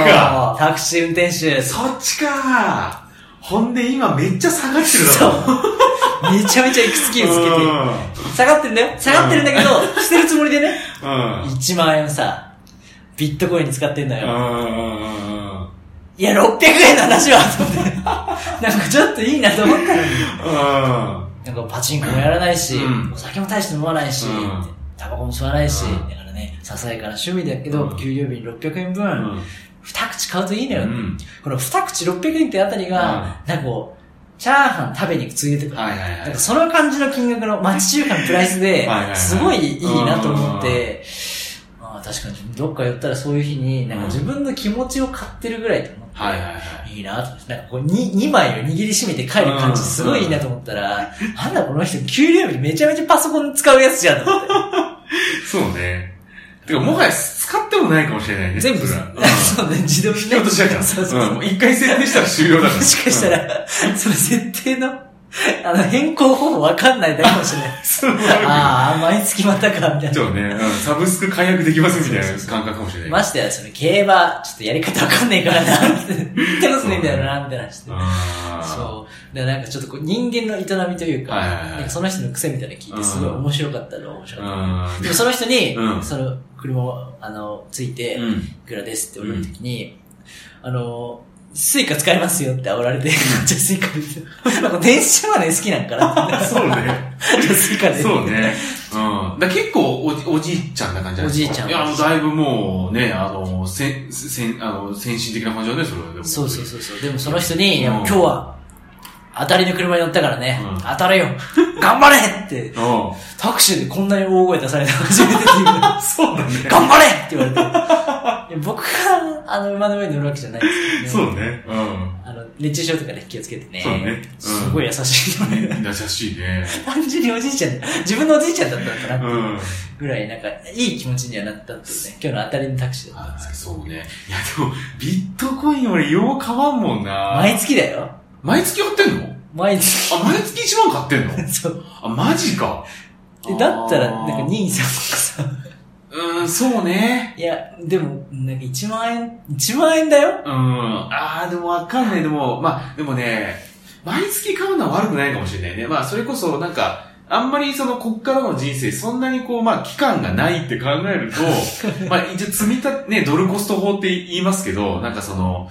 B: のタクシー運転手。そ
C: そっちか。ほんで今めっちゃ下がってるだろ。
B: う。めちゃめちゃ行くつき
C: う
B: をつけて。下がってるんだよ。下がってるんだけど、捨てるつもりでね。
C: ん。うん。
B: 1万円をさ、ビットコインに使ってんだよ。
C: うん。
B: いや、600円の話は、と思って。なんかちょっといいなと思ったのに。
C: うん。
B: なんかパチンコもやらないし、
C: うん
B: お酒も大して飲まないし、
C: うん
B: タバコも吸わないし、
C: うん
B: だからね、ささやかな趣味だけど、
C: うん
B: 給料日に600円分、二口買うといいの
C: う
B: よ。
C: ん。
B: この二口600円ってあたりが、なんかこう、チャーハン食べに行くついでとか、
C: はいはいは
B: なん
C: い
B: か。その感じの金額の町中華のプライスで
C: はいはいは、い
B: すごいいいなと思っ
C: うん
B: て、ああ確かにどっか寄ったらそういう日に、なんか自分の気持ちを買ってるぐらいと思って、
C: はいはいはい。
B: いいなと思って、なんかこう 2, 2枚を握りしめて帰る感じすごいいいなと思ったら、なんだこの人給料日めちゃめちゃパソコン使うやつじゃんと思って。
C: そうね。てか、もはや使ってもないかもしれないね。
B: 全部
C: それ
B: [laughs] さそ
C: は、
B: うね、自動に
C: 引き
B: ね。
C: 落としだから。
B: そうそうそう
C: うんもう一回設定したら終了だから。
B: もしかした
C: うん。
B: ら、その設定の、あの、変更方法わかんないだけかもしれない。
C: [laughs] そう
B: ああ、毎月またか、みたい
C: ち
B: な。
C: ょっとね、うんサブスク解約できますみたい
B: そう
C: な
B: そう
C: 感覚かもしれない
B: ま。してや、その、競馬、ちょっとやり方わかんないからな、って。言ってますね、みたいな、みたいな話で。
C: あー
B: そう。で、なんかちょっとこう、人間の営みというか、
C: はいはいはい
B: なんかその人の癖みたいなの聞いて、すごい面白かったの、面白
C: う
B: かっ
C: ん
B: た。でもその人に、
C: うん
B: その、車を、あの、ついて、
C: うん。
B: いくらですって俺の時に、あの、スイカ使いますよって煽られ [laughs] て、じゃあスイカで。なんか電子マネー好きなんかな
C: そうね。
B: じゃあ [laughs] スイカで。
C: そう。ね。うん。だから結構おじ、おじいちゃんな感じなんです
B: おじ
C: か
B: いちゃん
C: いや、もうだいぶもうね、あの、せん、せん、あの、先進的な感じだね、それは。でも
B: そうそうそうそう。でもその人に、
C: うん
B: 今日は、当たりの車に乗ったからね、
C: うん
B: 当たれよ頑張れって、
C: うん。
B: タクシーでこんなに大声出されたの初めて聞いた
C: [laughs] そうだね。
B: 頑張れって言われて。いや僕が、あの、馬の上に乗るわけじゃないですけどね。
C: そうね。うん。
B: あの、熱中症とかね、気をつけてね。
C: そうねうん
B: すごい優しいのね。
C: 優しいね。
B: 単純におじいちゃん、自分のおじいちゃんだったのかなって
C: う。
B: いうんぐらい、なんか、いい気持ちにはなったっていうね。今日の当たりのタクシーだったんですけ
C: そうね。いや、でも、ビットコイン俺、よう買わんもん
B: ど。
C: な。
B: 毎月だよ。
C: 毎月買ってんの
B: 毎月。
C: あ、毎月1万買ってんの
B: そう。
C: あ、マジか。
B: でだったら、なんか
C: に
B: 兄さんとかさ、
C: うーん、そうね。
B: いや、でも、なんか1万円、1万円だよ
C: うん。あー、でもわかんない。でも、まあ、でもね、毎月買うのは悪くないかもしれないね。まあ、それこそ、なんか、あんまりその、こっからの人生、そんなにこう、まあ、期間がないって考えると、 [laughs] まあ、一応積み立て、ね、ドルコスト法って言いますけど、なんかその、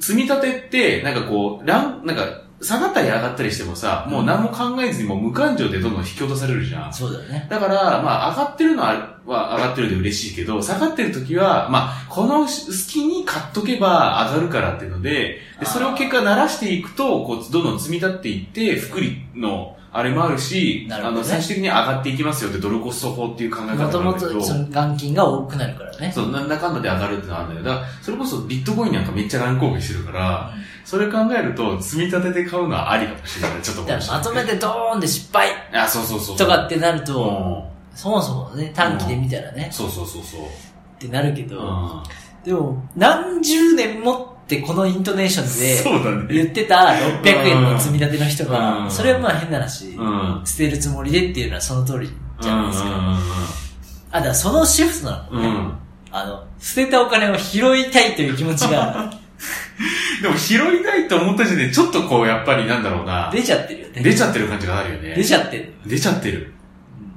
C: 積み立てって、なんかこう、ラン、なんか、下がったり上がったりしてもさ、もう何も考えずにもう無感情でどんどん引き落とされるじゃん。
B: そうだよね。
C: だから、まあ、上がってるのはは上がってるで嬉しいけど、下がってる時は、まあ、この隙に買っとけば上がるからっていうので、でそれを結果慣らしていくと、こう、どんどん積み立っていって、福利の、あれもあるし、
B: なるほ
C: あ
B: どね
C: の、最終的に上がっていきますよって、ドルコスト法っていう考え方
B: もと
C: なん
B: も
C: だけ
B: と、
C: ど、
B: その、元金が多くなるからね。
C: そう、なんだかんだで上がるってのはあるんだよ。だから、それこそビットコインなんかめっちゃ乱高下してるから、それ考えると、積み立てで買うのはありかもしれない。ちょっと
B: だからまとめてドーンで失敗
C: あ、そうそうそうそ
B: と
C: う。
B: かってなる
C: う
B: と、
C: ん
B: そもそもね、短期で見たらね、
C: そうそうそうそう。
B: ってなるけど、
C: うん
B: でも、何十年もってこのイントネーション
C: そうだね。
B: で言ってた600円の積み立ての人
C: う
B: が、
C: ん
B: それはまあ変な話、
C: うん。
B: 捨てるつもりでっていうのはその通りじゃないですか。
C: か。
B: あ、だからそのシフトなの
C: う
B: ね。
C: ん。
B: あの、捨てたお金を拾いたいという気持ちが
C: でも拾いたいと思った時点で、ちょっとこう、やっぱりなんだろうな。
B: 出ちゃってるよね。
C: 出ちゃってる感じがあるよね。
B: 出ちゃってる。
C: 出ちゃってる。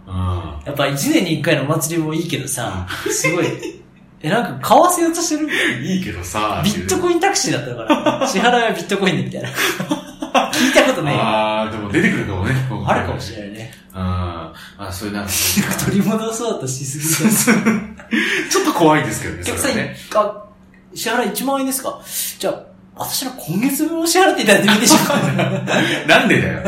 C: うん。
B: やっぱ1年に1回のお祭りもいいけどさ、すごい。え、なんか買わせようとしてる
C: いいけどさ、
B: ビットコインタクシーだった
C: [laughs]
B: から、支払いはビットコインでみたいな。聞いたことないあ
C: ああ、でも出てくるかもね。
B: あるかもし
C: ない。
B: れないね。
C: うん。まあ、そういうなんか、ち
B: 取り戻そうとしすぎて。
C: ょっと怖いですけどね、
B: お
C: それ
B: 客さ
C: は
B: んに
C: ね。、
B: あ、支払い1万円ですかじゃあ、私の今月分を支払っていただいてもいいでしょうか
C: なんでだ
B: [laughs]
C: よ。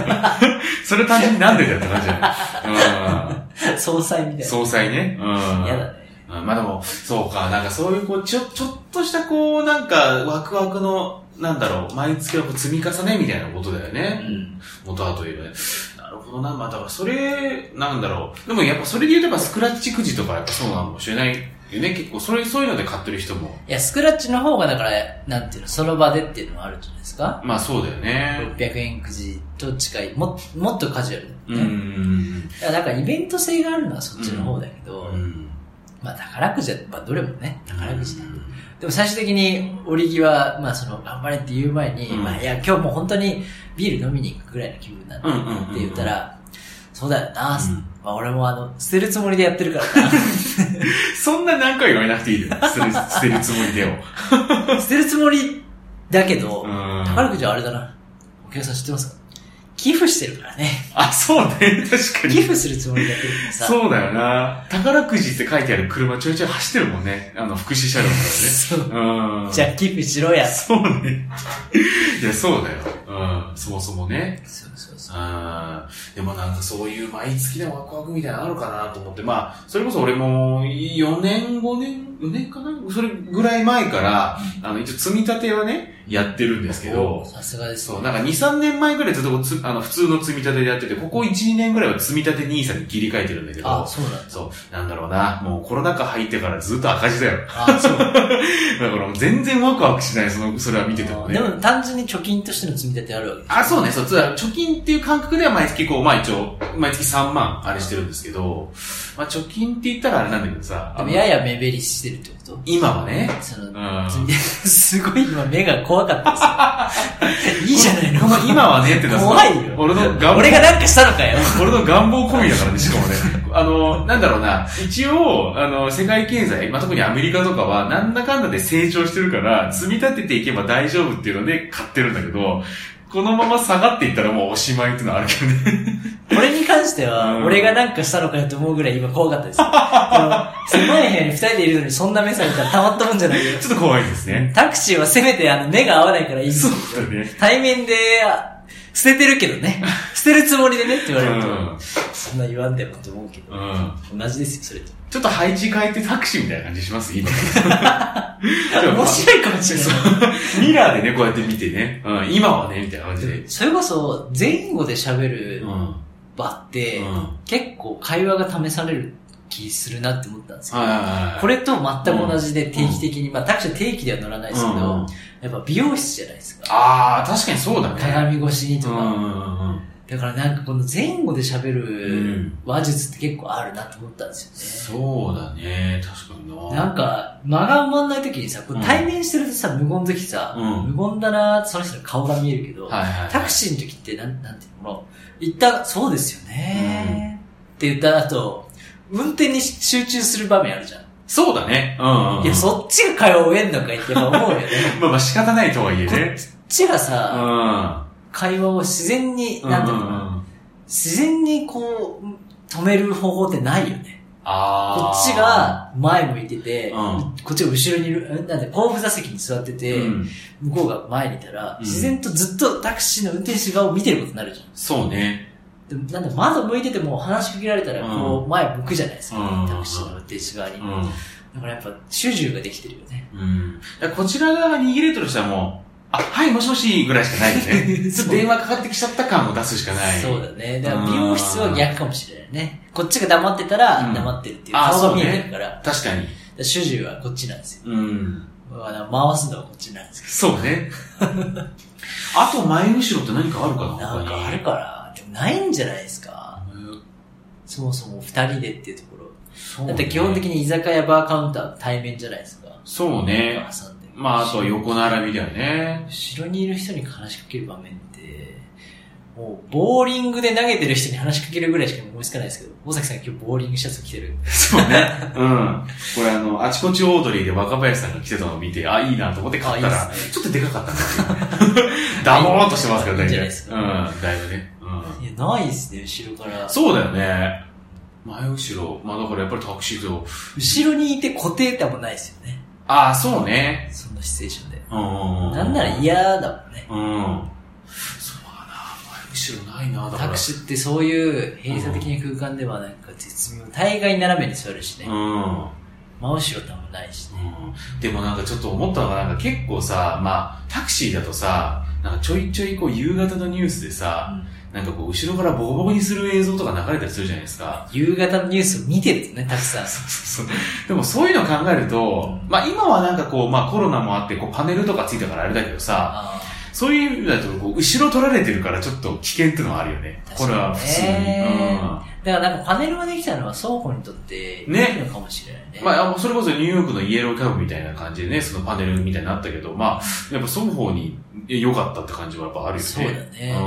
C: それ単純になんでだよって感じだよ。 [laughs]
B: 総裁み
C: うん。
B: たい
C: 総裁ね。うん。
B: な。やだね。
C: うんまあでも、そうか、なんかそういう、こう、ちょ、ちょっとした、こう、なんか、ワクワクの、なんだろう、毎月はこう積み重ねみたいなことだよ
B: う
C: ね。
B: ん。
C: 元はといえばね。なるほどな、まあ、だからそれ、なんだろう。でもやっぱそれで言うと、やっぱスクラッチくじとかやっぱそうなのかもしれないよね。結構、それ、そういうので買ってる人も。
B: いや、スクラッチの方がだから、なんていうの、その場でっていうのもあるじゃないですか。
C: まあそうだよね。
B: 600円くじと近い、も、もっとカジュアルだよね。
C: うん。
B: いや、なんかイベント性があるのはそっちの方だけど、
C: うん。
B: まあ宝くじは、まあどれもね、宝くじだ。でも最終的に、折り際、まあその、頑張れって言う前に、
C: うん
B: まあいや、今日もう本当にビール飲みに行くぐらいの気分なんだ
C: うんうんうんうん
B: って言ったら、そうだよな、
C: うん
B: まあ俺もあの、捨てるつもりでやってるから
C: そんな何回言われなくていいよ。捨てる [laughs] 捨てるつもりでよ。
B: な、捨てるつもりだけど、
C: うん
B: 宝くじはあれだな、お客さん知ってますか寄付してるからね。
C: あ、そうね。確かに。
B: 寄付するつもりでやってるからさ。
C: そうだよな。宝くじって書いてある車ちょいちょい走ってるもんね。あの、福祉車両
B: そう
C: とか [laughs] ね。うん。
B: じゃあ寄付しろや。
C: そうね。いや、そうだよ。うん。そもそもね。
B: そうそうそう。
C: うん。でもなんかそういう毎月のワクワクみたいなのあるかなと思って、まあ、それこそ俺も4年、5年、4年かなそれぐらい前から、あの、一応積み立てはね、やってるんですけど、
B: さすがですね
C: そう、なんか2、3年前ぐらいずっとこうつあの普通の積み立てでやってて、ここ1、2年ぐらいは積み立て NISA に切り替えてるんだけど、
B: あ、そうなんだ。
C: そう、なんだろうな。もうコロナ禍入ってからずっと赤字だよ。
B: あ、そう。
C: だからもう全然ワクワクしない、その、それは見ててもね。
B: でも単純に貯金としての積み立てあるわけ
C: あ、そうね、そう、つまり貯金っていう感覚では毎月こう、まあ一応、毎月3万あれしてるんですけど、まあ貯金って言ったらあれなんだけどさ、
B: で
C: あ
B: も
C: の
B: やや目減りしてるってこと
C: 今はね、
B: [laughs] そうの、
C: ん。
B: 積みすごい今目が怖かったですよ。いいじゃないの。
C: 今はねってのは
B: 怖いよ。
C: 俺の願望
B: 俺がなんかしたのかよ。
C: 俺の願望込みだからね、しかもね。あの、なんだろうな、一応、あの、世界経済、まあ、特にアメリカとかは、なんだかんだで成長してるから、積み立てていけば大丈夫っていうので買ってるんだけど、このまま下がっていったらもうおしまいっていうのはあるけどね。 [laughs]
B: 俺に関しては
C: う、ん
B: 俺がなんかしたのかよと思うぐらい今怖かったですよ。あの狭い部屋に二人でいるのにそんな目されたらたまったもんじゃないよ。
C: ちょっと怖いですね。
B: タクシーはせめてあの目が合わないからいいんです
C: そう
B: よ
C: だね。
B: 対面で、あ捨ててるけどね。捨てるつもりでねって言
C: う
B: われると、
C: ん。
B: そんな言わんでもと思うけど。
C: うん。
B: 同じですよ、それと。
C: ちょっと配置変えてタクシーみたいな感じします今 [laughs] から。
B: 面白いかもしれない。
C: ミラーでね、こうやって見てね。うん、今はね、みたいな感じで。
B: それこそ、前後で喋る
C: うん。うん。
B: 場って、
C: は
B: 結構会話が試される気するなって思ったんです
C: い
B: よ。
C: はいはい。
B: こ
C: れ
B: れと全く同じで定期的に、まあ、タクシーは定期では乗らないですけど、
C: うん
B: やっぱ美容室じゃないですか。
C: あー、確かにそうだね。
B: 鏡越しにと
C: うん
B: か。
C: うんうん。
B: だからなんかこの前後で喋
C: う
B: る
C: ん
B: 話術って結構あるなと思ったんですよね。
C: そうだね、確かにな。
B: なんか、間が埋まんない時にさ、こう
C: うん
B: 対面してるとさ、無言の時さ、
C: うん
B: 無言だな、その人の顔が見えるけど、
C: はいはいはい。
B: タクシーの時って、なん、なんていうの一旦、そうですよね、って言った後、運転に集中する場面あるじゃん。
C: そうだね。うんうんうん。
B: いや、そっちが会話を終えんのかいってやっぱ思うよね。
C: まあまあ仕方ないと [laughs] はいえ
B: こっ
C: ね。
B: ちが
C: う
B: さ、
C: ん。
B: 会話を自然に、なんていうのかな、
C: うんうんうん
B: 自然にこう、止める方法ってないよね。こ
C: あ
B: っ
C: ー
B: ち、が前向いてて、
C: うん
B: こっちが後ろにいる、うんなんで、後部座席に座ってて、
C: うん
B: 向こうが前にいたら、
C: うん
B: 自然とずっとタクシーの運転手側を見てることになるじゃん。
C: そうね。
B: でもなんで窓向いてても話しかけられたら、こう、前向くじゃないですか、
C: うん
B: タクシーの運転手側に。
C: うん。
B: だからやっぱ、主従ができてるよね。
C: うん。だからこちら側が逃げれるとしたらもう、あ、はい、もしもしぐらいしかないよ
B: [laughs]
C: ね。ちょっと電話かかってきちゃった感を出すしかない。
B: そうだね。だから美容室は逆かもしれないね。こっちが黙ってたら、
C: うん
B: 黙ってるっていう
C: あー
B: 顔
C: そ
B: が
C: う
B: 見
C: ね
B: えてるから、だか
C: 確かに。
B: ら主従はこっちなんですよ。
C: うん。
B: まあ回すのはこっちなんですけ
C: そうね。 [laughs] あと前後ろって何かあるかな
B: ど。なんかある
C: か。
B: かなでもないんじゃないですか。そもそも二人でっていうところ。
C: そう
B: だ
C: ね
B: って基本的に居酒屋バーカウンター対面じゃないですか。
C: そう
B: なん
C: ね
B: か。挟んで。
C: まあ、あと横並びだよね。
B: 後ろにいる人に話しかける場面って、もう、ボーリングで投げてる人に話しかけるぐらいしか思いつかないですけど、大崎さん今日ボーリングシャツ着てる。
C: そうね。うん。これあの、あちこちオードリーで若林さんが着てたのを見て、あ、いいなと思って買ったら、
B: あいいですね
C: ちょっとでかかったんですよ。
B: [laughs]
C: ダボーっとしてますか
B: いい
C: ら大
B: んじ
C: 体
B: ゃないですか
C: うん、だいぶね。
B: いや、ないですね、後ろから。
C: うん。そうだよね。前後ろ。まあだからやっぱりタクシーと。
B: 後ろにいて固定ってあんまないですよね。
C: ああ、そうね。
B: そんなシチュエーションで。
C: うんうんうん。
B: なんなら嫌だもんね。
C: うん。そうだな。前後ろないな。だか
B: タ
C: ら。
B: クシーってそういう閉鎖的な空間ではなんか絶妙。大概斜めに座るしね。
C: うん。
B: 真後ろってあんまないしね。
C: うんでもなんかちょっと思ったのがなんか結構さ、まあ、タクシーだとさ、なんかちょいちょいこう夕方のニュースでさ、なんかこう後ろからボコボコにする映像とか流れたりするじゃないですか。
B: 夕方のニュースを見てるとね、たくさん。
C: そうそう [laughs] でもそういうの考えると、まあ今はなんかこう、まあコロナもあってこうパネルとかついたからあれだけどさ、
B: あ
C: そういう意味だとこう後ろ取られてるからちょっと危険ってのはあるよね。これは普通に。
B: 確かにね
C: うん
B: ーだからなんかパネルができたのは双方にとっていい
C: ね
B: のかもしれないね。
C: まあ、あのそれこそニューヨークのイエローキャブみたいな感じでね、そのパネルみたいになったけど、まあ、やっぱ双方に良かったって感じはやっぱあるよね。
B: そうだね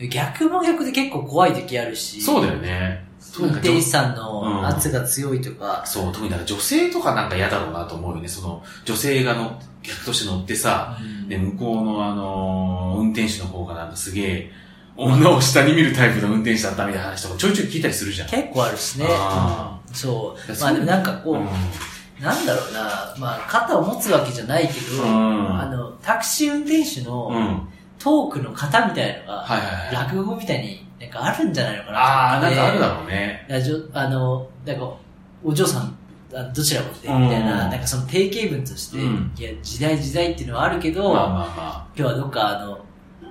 C: う
B: 逆も逆で結構怖い時ある
C: ん。
B: し。
C: そうだよね。特
B: 運
C: になんか
B: 転手
C: 女
B: さんの圧が強いとか、
C: そう、特になんか女性とかなんか嫌だろうなと思うよね。その、女性がの客として乗ってさ、で、向こうのあのー運転手の方がなんかすげえ、女を下に見るタイプの運転手だったみたいな話とかちょいちょい聞いたりするじゃん。
B: 結構あるしね。
C: あ
B: そ
C: いや
B: う。まあでもなんかこう、
C: うん
B: なんだろうな、まあ肩を持つわけじゃないけど、
C: うん
B: あの、タクシー運転手
C: うん。
B: の
C: は
B: トークの型みたいの
C: い
B: が、
C: はいはい。
B: 落語みたいになんかあるんじゃないのかな
C: ああ、なんかある
B: だ
C: だろうね。
B: ラジオ、あの、なんか、お嬢さん、あどちらもって、
C: うん
B: みたいな、なんかその定型文として、
C: うん
B: いや、時代時代っていうのはあるけ
C: まあ
B: ど、
C: まあ
B: 今
C: ま
B: 日はどっか、あの、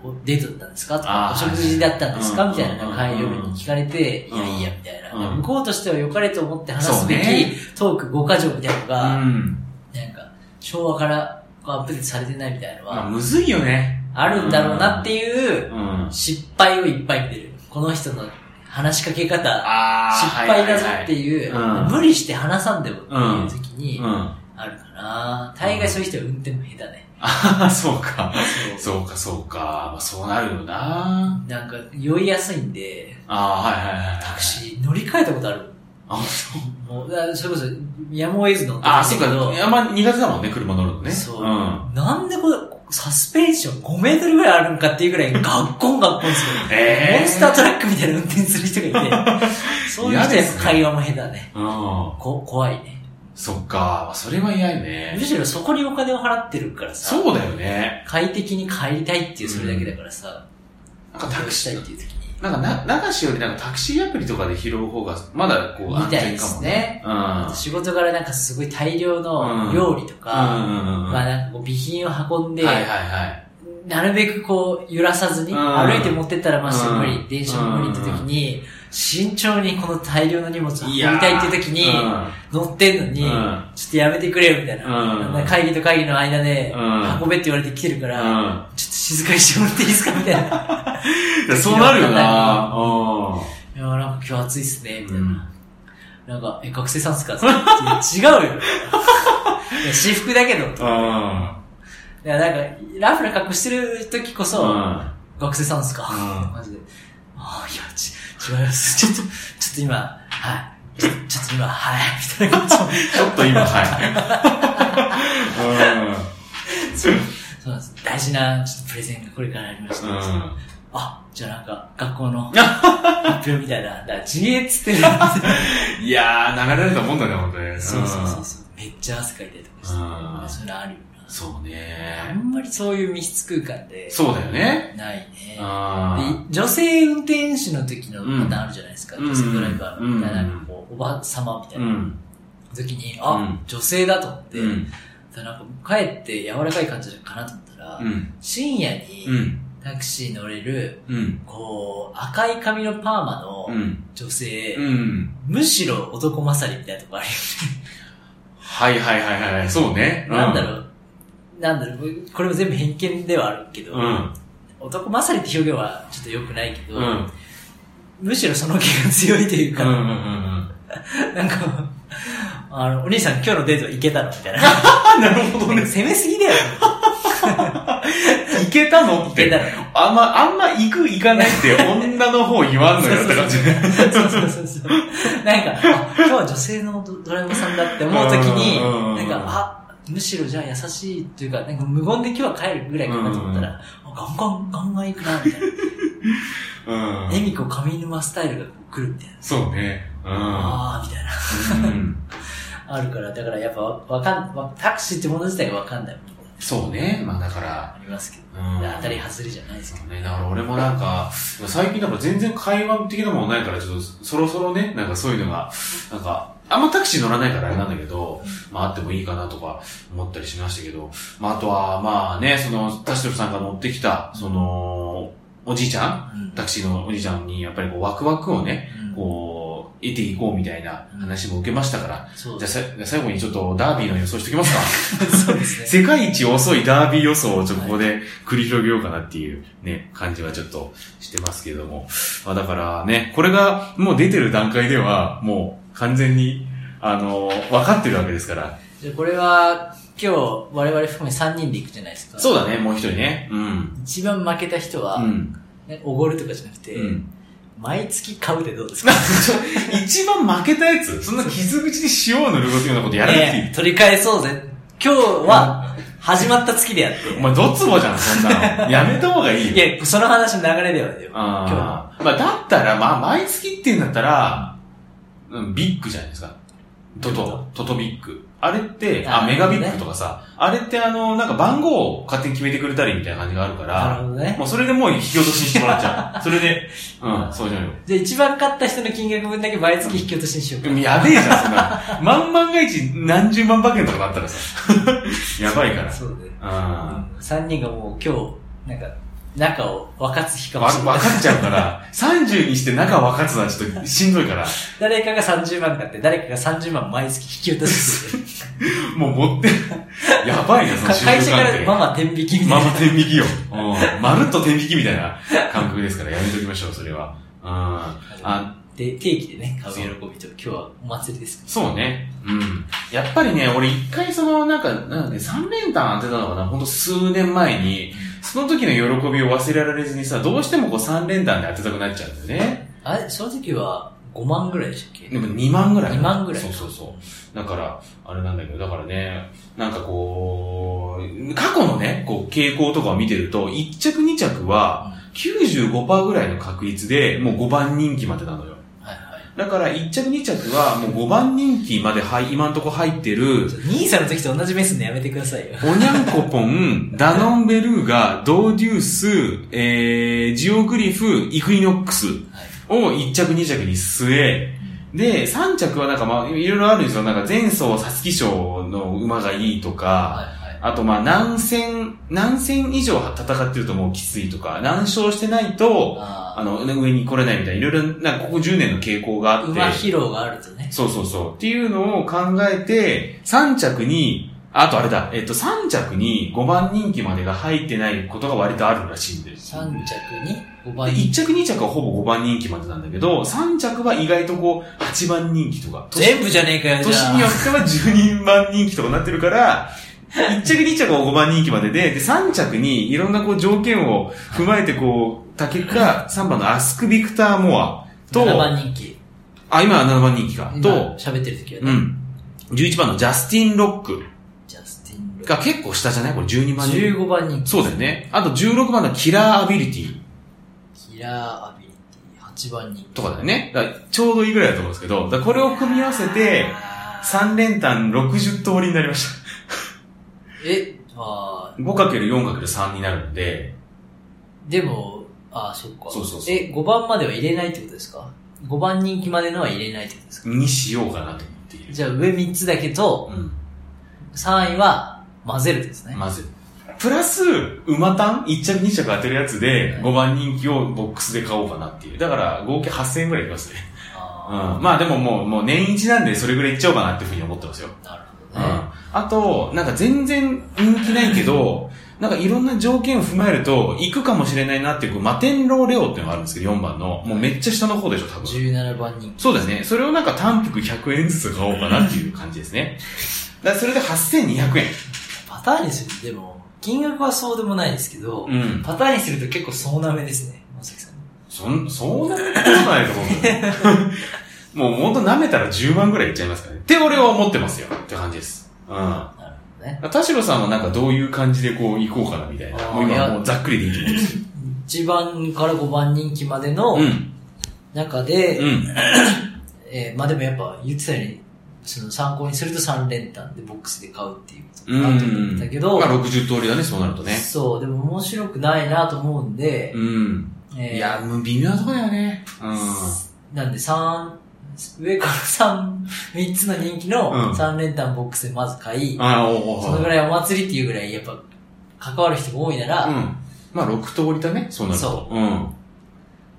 B: おデートだったんですかと
C: あ
B: か、お食
C: ー
B: 事だったんですか、
C: はい
B: みたいな、なんか、
C: うん
B: 夜に聞かれて、
C: うん
B: いやいいや、みたいな、
C: うん
B: 向こうとしては良かれと思って話すべき、
C: そうね
B: トーク5箇条みたいなの
C: あ。
B: が、
C: うん。
B: なんか、昭和からこうアップデートされてないみたいなの
C: まあ、
B: は、
C: むずいよね。
B: あるんだろうなって
C: う
B: いう、
C: ん。
B: 失敗をいっぱい見てる。この人の話しかけ方、
C: あ
B: 失敗だぞって
C: う。
B: いう、
C: はいはいはいうん
B: 無理して話さんでもっていう時に、
C: うん。あ
B: あるかな大概そういう人は運転も下手ね。
C: あ、そうか。
B: そ
C: そうか、そうか。まあ、そうなるよな。
B: う。なんか、酔いやすいんで、
C: ああ、はいはいはい。
B: タクシー乗り換えたことある。
C: あ、そう。
B: もう、だそれこそ、やむを得ず乗って
C: ああ、
B: ん
C: そ
B: だ
C: う
B: け
C: か。
B: ど
C: いやまあ、苦手だもんね、車乗るのね。
B: そう
C: うん。
B: なんでこれ、サスペンション5メートルぐらいあるんかっていうぐ
C: [laughs]
B: らい、ガッコンガッコンする。
C: ええ
B: モンスタートラックみたいな運転する人がいて、そういう人はやっぱ会話も下手ね。
C: うん。
B: こ怖いね。
C: そっか。まあそれは嫌いね
B: む。しろそこにお金を払ってるからさ。
C: そうだよね。
B: 快適に帰りたいっていうそれだけだからさ、
C: なんかタクシ
B: 帰りたいっ
C: ー。
B: ていう時に。
C: なんかな、流しよりなんかタクシーアプリとかで拾う方が、まだこう、安
B: みたい
C: 全
B: で
C: かも
B: す
C: ね。
B: ね。
C: うん。うん
B: 仕事からなんかすごい大量
C: う
B: の
C: ん
B: 料理とか、
C: うんうん。
B: まあ
C: はい
B: なんかこう備品を運んで、
C: はいはい。
B: なるべくこう揺らさずに、
C: うん
B: 歩いて持ってったらまあすぐ無
C: う
B: 理、
C: ん
B: 電車も無理って時に、慎重にこの大量の荷物を運びたいって時に、
C: うん
B: 乗ってんのに、
C: うん
B: ちょっとやめてくれよみたいな。
C: うん
B: なんか会議と会議の間で、
C: うん
B: 運べって言われて来てるから、
C: うん
B: ちょっと静かにしてもらっていいですかみたいな。
C: いやそうなるよな。うん。
B: いやーなんか今日暑いっすね、みたいな。
C: うん
B: なんか、え、学生さんっすかって違うよ。い
C: [laughs]
B: や私服だけど。だか
C: うん。
B: らなんか、ラフな格好してる時こそ、
C: う
B: 学生さんっすか、
C: うん
B: マジで。ああ、いや、ち、違います。ちょっと、ちょっと今、はい。ちょちょっと今、はい。みたいな
C: [laughs]
B: 感
C: ん。ちょっと今、はい。
B: じ。そうそうなんです。大事な、ちょっとプレゼンがこれからありまし
C: う
B: た。
C: ん。うん。
B: あ、じゃあなんか、学校
C: [laughs]
B: の発表みたいな。だから、ちげえっつってる。
C: いやー、流れられたもんだね、ほんとね。
B: そうそうそうそう。めっちゃ汗かいたりとかして。
C: うん
B: そういうのあるよな。
C: うん。そう
B: あ
C: ね。
B: んまりそういう密室空間で。
C: そうだよね。
B: ないね。
C: あ
B: で女性運転手の時のパターンあるじゃないですか。
C: うん
B: 女性ドライバーみたいな、
C: うん
B: なんかこう、おば様み
C: ー
B: た
C: う。
B: いなん時に、
C: う
B: あ
C: ん、
B: 女性だと思って、
C: う
B: だ
C: ん。
B: からなんか帰って柔らかい感じかなと思ったら、
C: うん。
B: 深夜
C: う
B: に
C: ん。
B: タクシー乗れる、
C: うん。
B: こう、赤い髪のパーマの
C: うん。
B: 女性、
C: うん。
B: むしろ男勝りみたいなとこあるよね。
C: はいはいはいはい。そうね。
B: なんだ
C: う。
B: ろう、なんだろう、これも全部偏見ではあるけど、
C: うん。
B: 男勝りって表現はちょっと良くないけど、
C: うん。
B: むしろその気が強いという
C: う
B: か、
C: んうんうん。
B: なんか、あの、お兄さん今日のデート行けたのみたいな。
C: あ、 [laughs] なるほどね。
B: 攻めすぎだよ。
C: いけたのっ
B: いけ
C: て
B: たの。
C: あんま、あんま行く行かないって女の方言わんのよって感じ。
B: そうそうそうそう。なんか、あ今日は女性のドドライバーさんだって思うときに
C: うんうんうん、
B: なんか、あ、むしろじゃあ優しいというか、なんか無言で今日は帰るぐらいかなと思ったら、あガンガン、ガンガン行くな、みたいな。
C: うん。
B: 恵美子上沼スタイルが来るみたいな。
C: そうね。うん。
B: ああ、みたいな。
C: うん
B: あるから、だからやっぱわわかん、わタクシーってもの自体がわかんないもの
C: そうね。まあだから、
B: ありますけど、
C: うん
B: 当たり外れじゃないですけ
C: そうね、だから俺もなんか、最近なんか全然会話的なものないから、ちょっとそろそろね、なんかそういうのが、なんか、あんまタクシー乗らないからあれなんだけど、まああってもいいかなとか思ったりしましたけど、まああとは、まあね、その、田代さんが乗ってきた、その、おじいちゃん
B: ど。うん
C: タクシーのおじいちゃんに、やっぱりこう、ワクワクをね、こう、得ていこうみたいな話も受けましたから、
B: そう
C: じ
B: で
C: ゃあ
B: す
C: さじゃあ最後にちょっとダービーの予想しておきますか。
B: そうですね。
C: 世界一遅いダービー予想をちょっとここで繰り広げようかなっていうね、感じはちょっとしてますけども。まあだからね、これがもう出てる段階では、もう完全に、あの、分かってるわけですから。
B: じゃあこれは、今日、我々含め3人で行くじゃないですか。
C: そうだね、もう一人ね。うん。
B: 一番負けた人は、
C: うん。
B: ねおごるとかじゃなくて、
C: うん。
B: 毎月買うでどうですか
C: 一番負けたやつ、そんな傷口に塩を塗るようなこと [laughs] やらなくていい。
B: ねえ取り返そうぜ。今日は、始まった月でやっ
C: お前、どつぼじゃん、そんなの。やめた方がいいよ。
B: て。いや、その話の流れではね。今
C: ああ。まあ、だったら、まあ、毎月って言うんだったら、うん、ビッグじゃないですか。トト、トトビッグ。あれって、あ、
B: あー
C: メガビッグとかさ、あれってあの、なんか番号を勝手に決めてくれたりみたいな感じがあるか
B: なる
C: ら、
B: ほどね。
C: もうそれでもう引き落としにしてもらっちゃ
B: [laughs]
C: う。それで、うん、そうじゃないよ。
B: じゃあ一番勝った人の金額分だけ毎月引き落としにしようか。
C: やべえじゃん、そんなの。万万が一何十万馬券とかなったらさ、 [laughs] やばいから。
B: そうね。
C: うん。
B: 3人がもう今日、なんか、仲を分かつ日かも
C: わ
B: し
C: 分
B: れな
C: か
B: い。
C: っちゃうから、30にして中分かつのはちょっとしんどいから、
B: 誰かが30万買って、誰かが30万毎月
C: [laughs]
B: 引き落としてる。
C: もう持って、やばいな、その
B: 会
C: 習
B: 社
C: 慣
B: か
C: って
B: らママ天引きみた
C: ま
B: い
C: んま
B: な。
C: 天引きよ。うん。まるっと天引きみたいな感覚ですから、やめときましょう、それは。うん。あ、
B: で、定期でね、買う喜びと、今日はお祭りですか
C: そうね。うん。やっぱりね、俺一回その、なんか、なんかね、3連単当てたのかな、ほんと数年前に、その時の喜びを忘れられずにさ、どうしてもこう3連単で当てたくなっちゃうんだよね。
B: ら。あれ、その時は5万ぐらいでしたっけ
C: でも2万ぐらい。
B: 2万ぐらい
C: そうそうそう。だから、あれなんだけど、だからね、なんかこう、過去のね、こう、傾向とかを見てると、1着2着は、95%ぐらいの確率で、もう5番人気までなのよ。
B: はいはい。
C: だから、1着2着は、もう5番人気まで、はい、今んとこ入ってる、
B: 兄さんの時と同じ目すんのやめてくださいよ。
C: おにゃんこぽん、ダノンベルーガ、ドーデュース、えー、ジオグリフ、イクイノックスを1着2着に据え、で、3着はなんかまあ、いろいろあるんですよ。なんか前走サツキ賞の馬がいいと
B: はい
C: か、
B: はい。
C: あとまあ何戦、何戦以上戦ってるともうきついとか、何勝してないと、あ
B: あ
C: の、上に来れないみたいな、いろいろ、なんかここ10年の傾向が
B: あ、
C: あって。
B: 馬疲労があるとね。
C: そうそうそう。っていうのを考えて、3着に、あとあれだ、えっと、3着に5番人気までが入ってないことが割とあるらしいんです。
B: 3着に5
C: で
B: 倍。
C: 1着2着はほぼ5番人気までなんだけど、3着は意外とこう、8番人気とか。年
B: 全部じゃねえかよ、じ
C: 年
B: ゃ
C: によ
B: あ。
C: っては12番人気とかなってるから、1着2着は5番人気までで、で、3着にいろんなこう条件を踏まえてこう、た結果、3番のアスク・ビクター・モアと、
B: 7番人気。
C: あ、今は7番人気か、
B: 今
C: と、
B: 喋ってる時は
C: う
B: ね。
C: ん。11番のジャスティン・ロック
B: ジャスティン・ロ
C: が結構下じゃないこれ12番人
B: 15番人気。
C: そうだよね。あと16番のキラーアビリティ
B: キラー・アビリティ。8番人気。
C: とかだよね。だからちょうどいいぐらいだと思うんですけど、だからこれを組み合わせて、
B: あ
C: 3連単60通りになりまし
B: ー
C: た。
B: え、まあ、
C: 5×4×3 になるんで、
B: でも、あー、そっか。
C: そうそうそう
B: え、5番までは入れないってことですか ?5 番人気までのは入れないってことですか
C: にしようかなと思っている。
B: じゃあ上3つだけと、
C: うん。
B: 3位は混ぜるですね。
C: まず。プラス、馬単1着2着当てるやつで、
B: はい
C: 5番人気をボックスで買おうかなっていう。だから、合計8000円ぐらいいきますね。うん。
B: あ
C: まあでももう、もう年一なんでそれぐらいいっちゃおうかなっていうふうに思ってますよ。
B: ーなるほど
C: う
B: ね。
C: んあと、なんか全然人気ないけど、なんかいろんな条件を踏まえると、行くかもしれないなっていう、マテンローレオっていうのがあるんですけど、4番の。もうめっちゃ下の方でしょ、多分。
B: 17番人
C: そうですね。それをなんか単服100円ずつ買おうかなっていう感じですね。だからそれで8200円。
B: パターンにするでも、金額はそうでもないですけど、
C: うん。
B: パターンにすると結構そうなめですね、まさきさん。
C: そん、そうなことないと思う。 [laughs] もうほんと舐めたら10万ぐらいいっちゃいますからね。って俺は思ってますよ。って感じです。うん。
B: なるほどね。
C: 田代さんはなんかどういう感じでこう行こうかなみたいな。
B: あー
C: もう
B: い
C: 今
B: や
C: もうざっくりでいいと思うんですよ。
B: 1番から5番人気までの
C: うん。
B: 中で、
C: うん。
B: えーまあでもやっぱ言ってたように、その参考にすると3連単でボックスで買うっていうこと
C: うん。
B: かなと思ったけど、
C: まあ60通りだね、そうなるとね。
B: そう、でも面白くないなと思うんで、
C: うん。
B: えー
C: いや、もう微妙なとこだよね。うん。
B: なんで三上から三三つの人気
C: う
B: の
C: ん
B: 三連単ボックスでまず買い、
C: ああ、おお
B: そのぐらいお祭りっていうぐらいやっぱ関わる人が多いなら、
C: うん。まあ6通りだね、そうなると。。
B: そう
C: うん。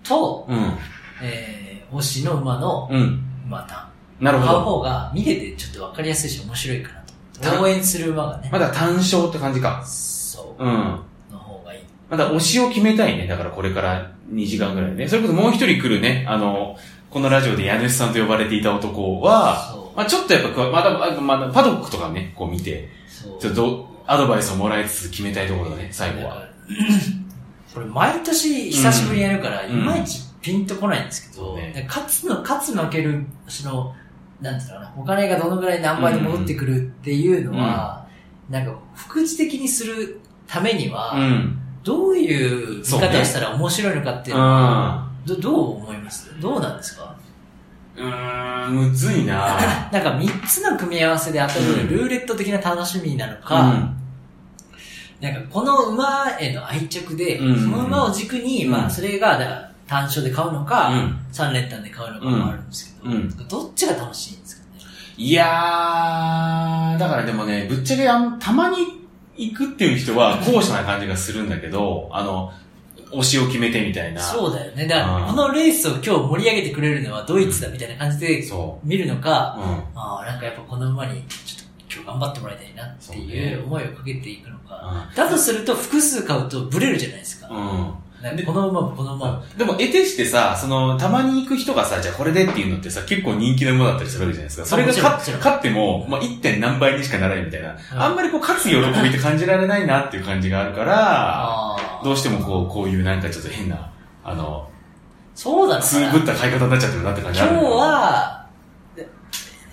B: と、
C: うん。
B: えー、推しの馬の
C: うん。
B: 馬単。
C: なる
B: 買う
C: ほど。
B: 方が見ててちょっとわかりやすいし面白いかな
C: 単
B: と。応援する馬がね。
C: まだ単勝って感じか。
B: そ
C: うん。
B: う、の方がいい。
C: まだ推しを決めたいね。だからこれから2時間ぐらいね。それこそもう一人来るね、あの、このラジオで家主さんと呼ばれていた男は、
B: そう
C: まあちょっとやっぱこう、まだ、まだまだパドックとかね、こう見て、
B: そう。
C: ちょっとアドバイスをもらいつつ決めたいところだね、最後
B: だか
C: は。
B: らこれ毎年久しぶりにやるから、
C: う
B: い
C: ん
B: まいちピンとこないんですけ
C: そ
B: ど、
C: うね
B: で勝つの、勝つ負ける、その、なんていうのかな、お金がどのぐらい何倍で戻ってくるっていうのは、なんか、副次的にするためには、
C: うん。
B: どういう見
C: そうね
B: 方をしたら面白いのかっていうのは、
C: う
B: どどう思いますどうなんですか
C: ん。うん、むずいな
B: なんか3つの組み合わせで当た
C: うん
B: るルーレット的な楽しみなの [laughs] か、
C: うん。
B: なんかこの馬への愛着で、
C: うん
B: その馬を軸に、
C: うん
B: まあそれがだから単勝で買うの
C: う
B: か、
C: ん。
B: 三連単で買うのかもあるんですけど、
C: うん
B: どっちが楽しいんですかね。
C: いやー、だからでもね、ぶっちゃけあんたまに行くっていう人は、後者な感じがするんだけど、あの、推しを決めてみたいな。
B: そうだよね。だか
C: うん
B: らこのレースを今日盛り上げてくれるのはドイツだみたいな感じで
C: そ
B: 見るのか、
C: う。うん。
B: ああ、なんかやっぱこの馬にちょっと今日頑張ってもらいたいなってい
C: そうね
B: う思いをかけていくのか。だとすると複数買うとブレるじゃないですか。
C: う
B: なんかこの馬もこの馬も。
C: ん。でも、得てしてさ、その、たまに行く人がさ、じゃあこれでっていうのってさ、結構人気のものだったりするわけじゃないですか。それが
B: もちろんもち
C: 勝
B: ろん
C: 勝っても、まあ、1. 点何倍にしかならないみたいな。
B: ん
C: あんまりこう、勝つ喜びって感じられないなっていう感じがあるから、
B: ああ
C: どうしてもこう、こういうなんかちょっと変な、あの、
B: そうだな。
C: つぶった買い方になっちゃってるなって感じ
B: 今
C: あ
B: 日
C: るんだけど、
B: は、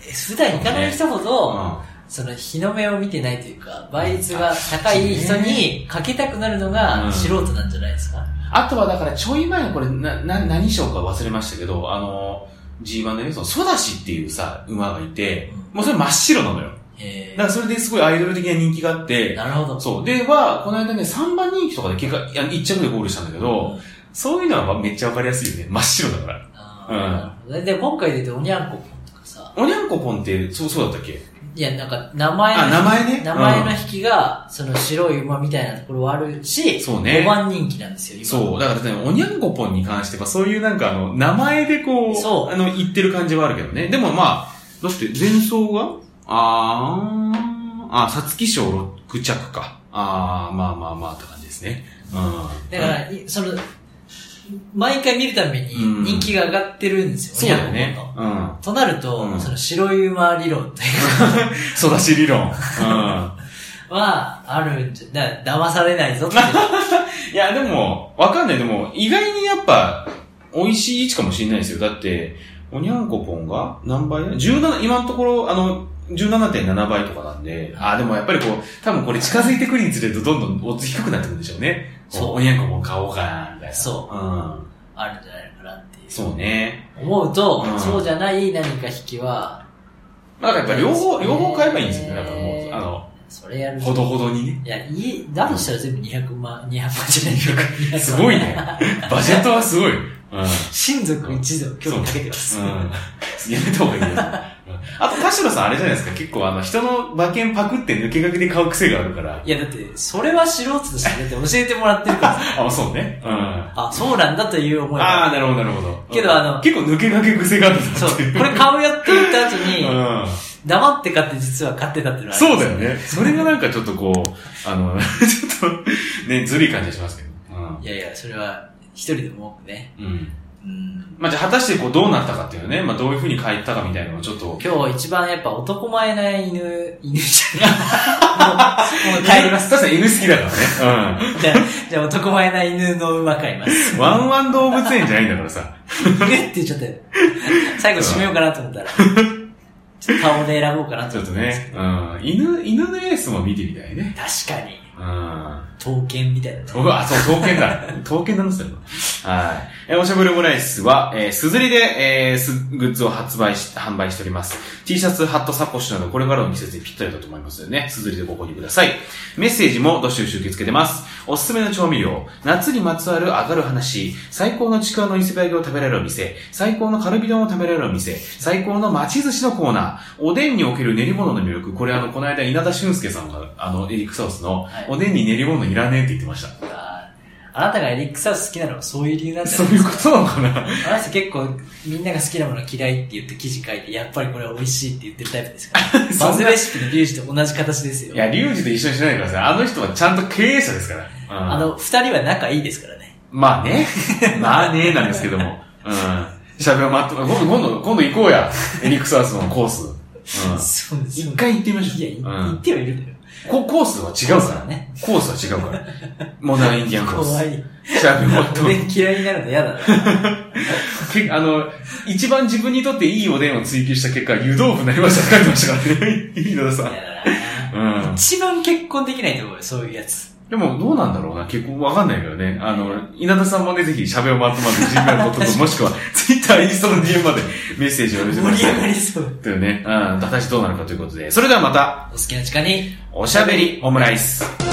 B: え普段行かない人ほど、
C: うん
B: その日の目を見てないというか、倍率が高い人にかけたくなるの
C: うん
B: が素人なんじゃないですか。
C: あとはだから、ちょい前のこれ、な、な、何賞か忘れましたけど、あの、G1 でね、その、ソダシっていうさ、馬がいて、もうそれ真っ白なのよ。
B: えー
C: だからそれですごいアイドル的な人気があって、
B: なるほど。
C: そう。で、は、この間ね、3番人気とかで結果、いや1着でゴールしたんだけ
B: う
C: ど、
B: ん
C: そういうのはめっちゃわかりやすいよね。真っ白だから。
B: あーで、今回出ておにゃんこぽんとかさ、
C: おにゃんこぽんって、そう、そうだったっけ
B: いや、なんか名前の
C: あ、名前ね。
B: 名前の
C: うん
B: 引きが、その白い馬みたいなところはあるし、
C: そうね
B: 5番人気なんですよ、今。
C: そう。だからね、おにゃんこぽんに関しては、そういうなんかあの、名前でこう、
B: そう
C: あの、言ってる感じはあるけどね。でもまあ、だって前奏があー、あ、さつき賞6着か。あー、まあまあまあって感じですね。うん。
B: だから、いその、毎回見るために
C: うん
B: 人気が上がってるんです
C: そう
B: よ、
C: だよ
B: おにゃん
C: ね
B: こぽんの。。
C: うん。
B: となると、
C: うん
B: その白い馬理論という
C: 育ち理論。うん。 [laughs]
B: のは、あるんじゃ、だ騙されないぞっていう。
C: いや、でも、わかんない。でも、意外にやっぱ、美味しい位置かもしれないですよ。だって、おにゃんこぽんが何倍だ ?17、今のところ、あの、17.7倍とかなんで、あ、でもやっぱりこう、多分これ近づいてくるにつれとどんどんオッズ低くなってくるんでしょうね。
B: そう
C: おにゃんこぽん買おうかな、みたいな。。
B: そう
C: うん。
B: あるんじゃないのかなっていう。
C: そうね。
B: 思うと、
C: うん
B: そうじゃない何か引きは、
C: まあだからやっぱ両方、
B: ね
C: 両方買えばいいんですよね。だからもう、あ
B: それやる
C: の、ほどほどにね。
B: いや、いい、だとしたら全部200万、200万じゃないのか。
C: すご
B: [laughs]
C: いね。バジェットはすごい。うん。
B: 親族一同、興味かけてます。
C: うん。やめた方がいいよ。
B: [laughs]
C: あと、田代さんあれじゃないですか、結構あの、人の馬券パクって抜け駆けで買う癖があるから。
B: いや、だって、それは素人としてだって教えてもらってるから、
C: あ、そうね。うん。あ
B: あ、そうなんだという思いが。
C: あー、なるほど、なるほど。
B: けどあの
C: 結構抜け駆け癖があるんだって
B: そう、
C: いう
B: これ買うよって言った後に、
C: うん。
B: 黙って買って実は買ってたっていうのはあり
C: そ
B: ま
C: う
B: す
C: だよね。それがなんかちょっとこう、あの、ちょっと、ね、ずるい感じがしますけど。
B: いやいや、それは一人でも多くね。
C: うん。うん。
B: うん。
C: まあ、じゃあ果たしてこうどうなったかっていうね、まあ、どういうふうに変えたかみたいなのをちょっと、
B: 今日一番やっぱ男前な犬、犬じゃない。もうもう帰ります。
C: 確かに犬好きだからね。
B: じゃあ、じゃあ男前な犬の馬買います。
C: うん。ワンワン動物園じゃないんだからさ。
B: 犬って言っちゃったよ。最後締めようかなと思ったら。ちょっと顔で選ぼうかな
C: ち
B: と
C: ょっ
B: 思
C: と
B: ったんですけ
C: ね
B: ど。、
C: うん。犬、犬のレースも見てみたいね。
B: 確かに、
C: うん。
B: 刀剣みたいなね。
C: 僕は、あ、そう、刀剣 [laughs] だ。刀剣なんですよ。はい。えー、おしゃぶるオムライスは、えー、すずりで、えー、す、グッズを発売し、販売しております。T シャツ、ハット、サコッシュなど、これからの季節にぴったりだと思いますよね。すずりでご購入ください。メッセージもどしどし受け付けてます。おすすめの調味料、夏にまつわる上がる話、最高のちくわの伊勢揚げを食べられるお店、最高のカルビ丼を食べられるお店、最高の町寿司のコーナー、おでんにおける練り物の魅力、これあの、この間稲田俊介さんが、あの、エリックサウスの
B: はい、
C: おでんに練り物いらねえって言ってました。
B: あーあなたがエリックサウス好きなのはそういう理由なんだ
C: [laughs] そういうことなのかな
B: あの人結構みんなが好きなもの嫌いって言って記事書いて、やっぱりこれは美味しいって言ってるタイプですから。
C: [laughs] そんな
B: バズレシピのリュウジと同じ形ですよ
C: い。や、リュウジと一緒にしないでください。あの人はちゃんと経営者ですから。うん
B: あ、の、二人は仲いいですからね。
C: まあ
B: [laughs]
C: ね。まあね、なんですけども。うん。しゃべを待って、今度、今度、今度行こうや。エリックサースのコース。うん。
B: そうです
C: 一
B: よ。
C: 回行ってみましょう。
B: いや、い
C: うん
B: 言ってはいるんだよ。
C: こコースは違うからね。
B: ね。
C: コースは違うから。モダンインディアンコー
B: 怖
C: ス。 [laughs]
B: い。
C: シャーベを待っ
B: おでん嫌いになるの嫌だな。
C: て、あの、一番自分にとっていいおでんを追求した結果、湯豆腐になりましたって書いてましたからね。飯田さ
B: 嫌
C: ん。
B: だな。
C: うん。
B: 一番結婚できないと思うよ、そういうや
C: [laughs]
B: つ。
C: でも、どうなんだろうな。結構わかんないけどね。あの、稲田さんもね、ぜひ、喋をまとまって、人名を取っともしくは、ツイッター、インスタの DM までメッセージを寄せて
B: 盛り
C: ください
B: 上がりそう。
C: というね。うん、果たしてどうなるかということで。それではまた、
B: お好きな時間に。
C: おしゃべりオムライス。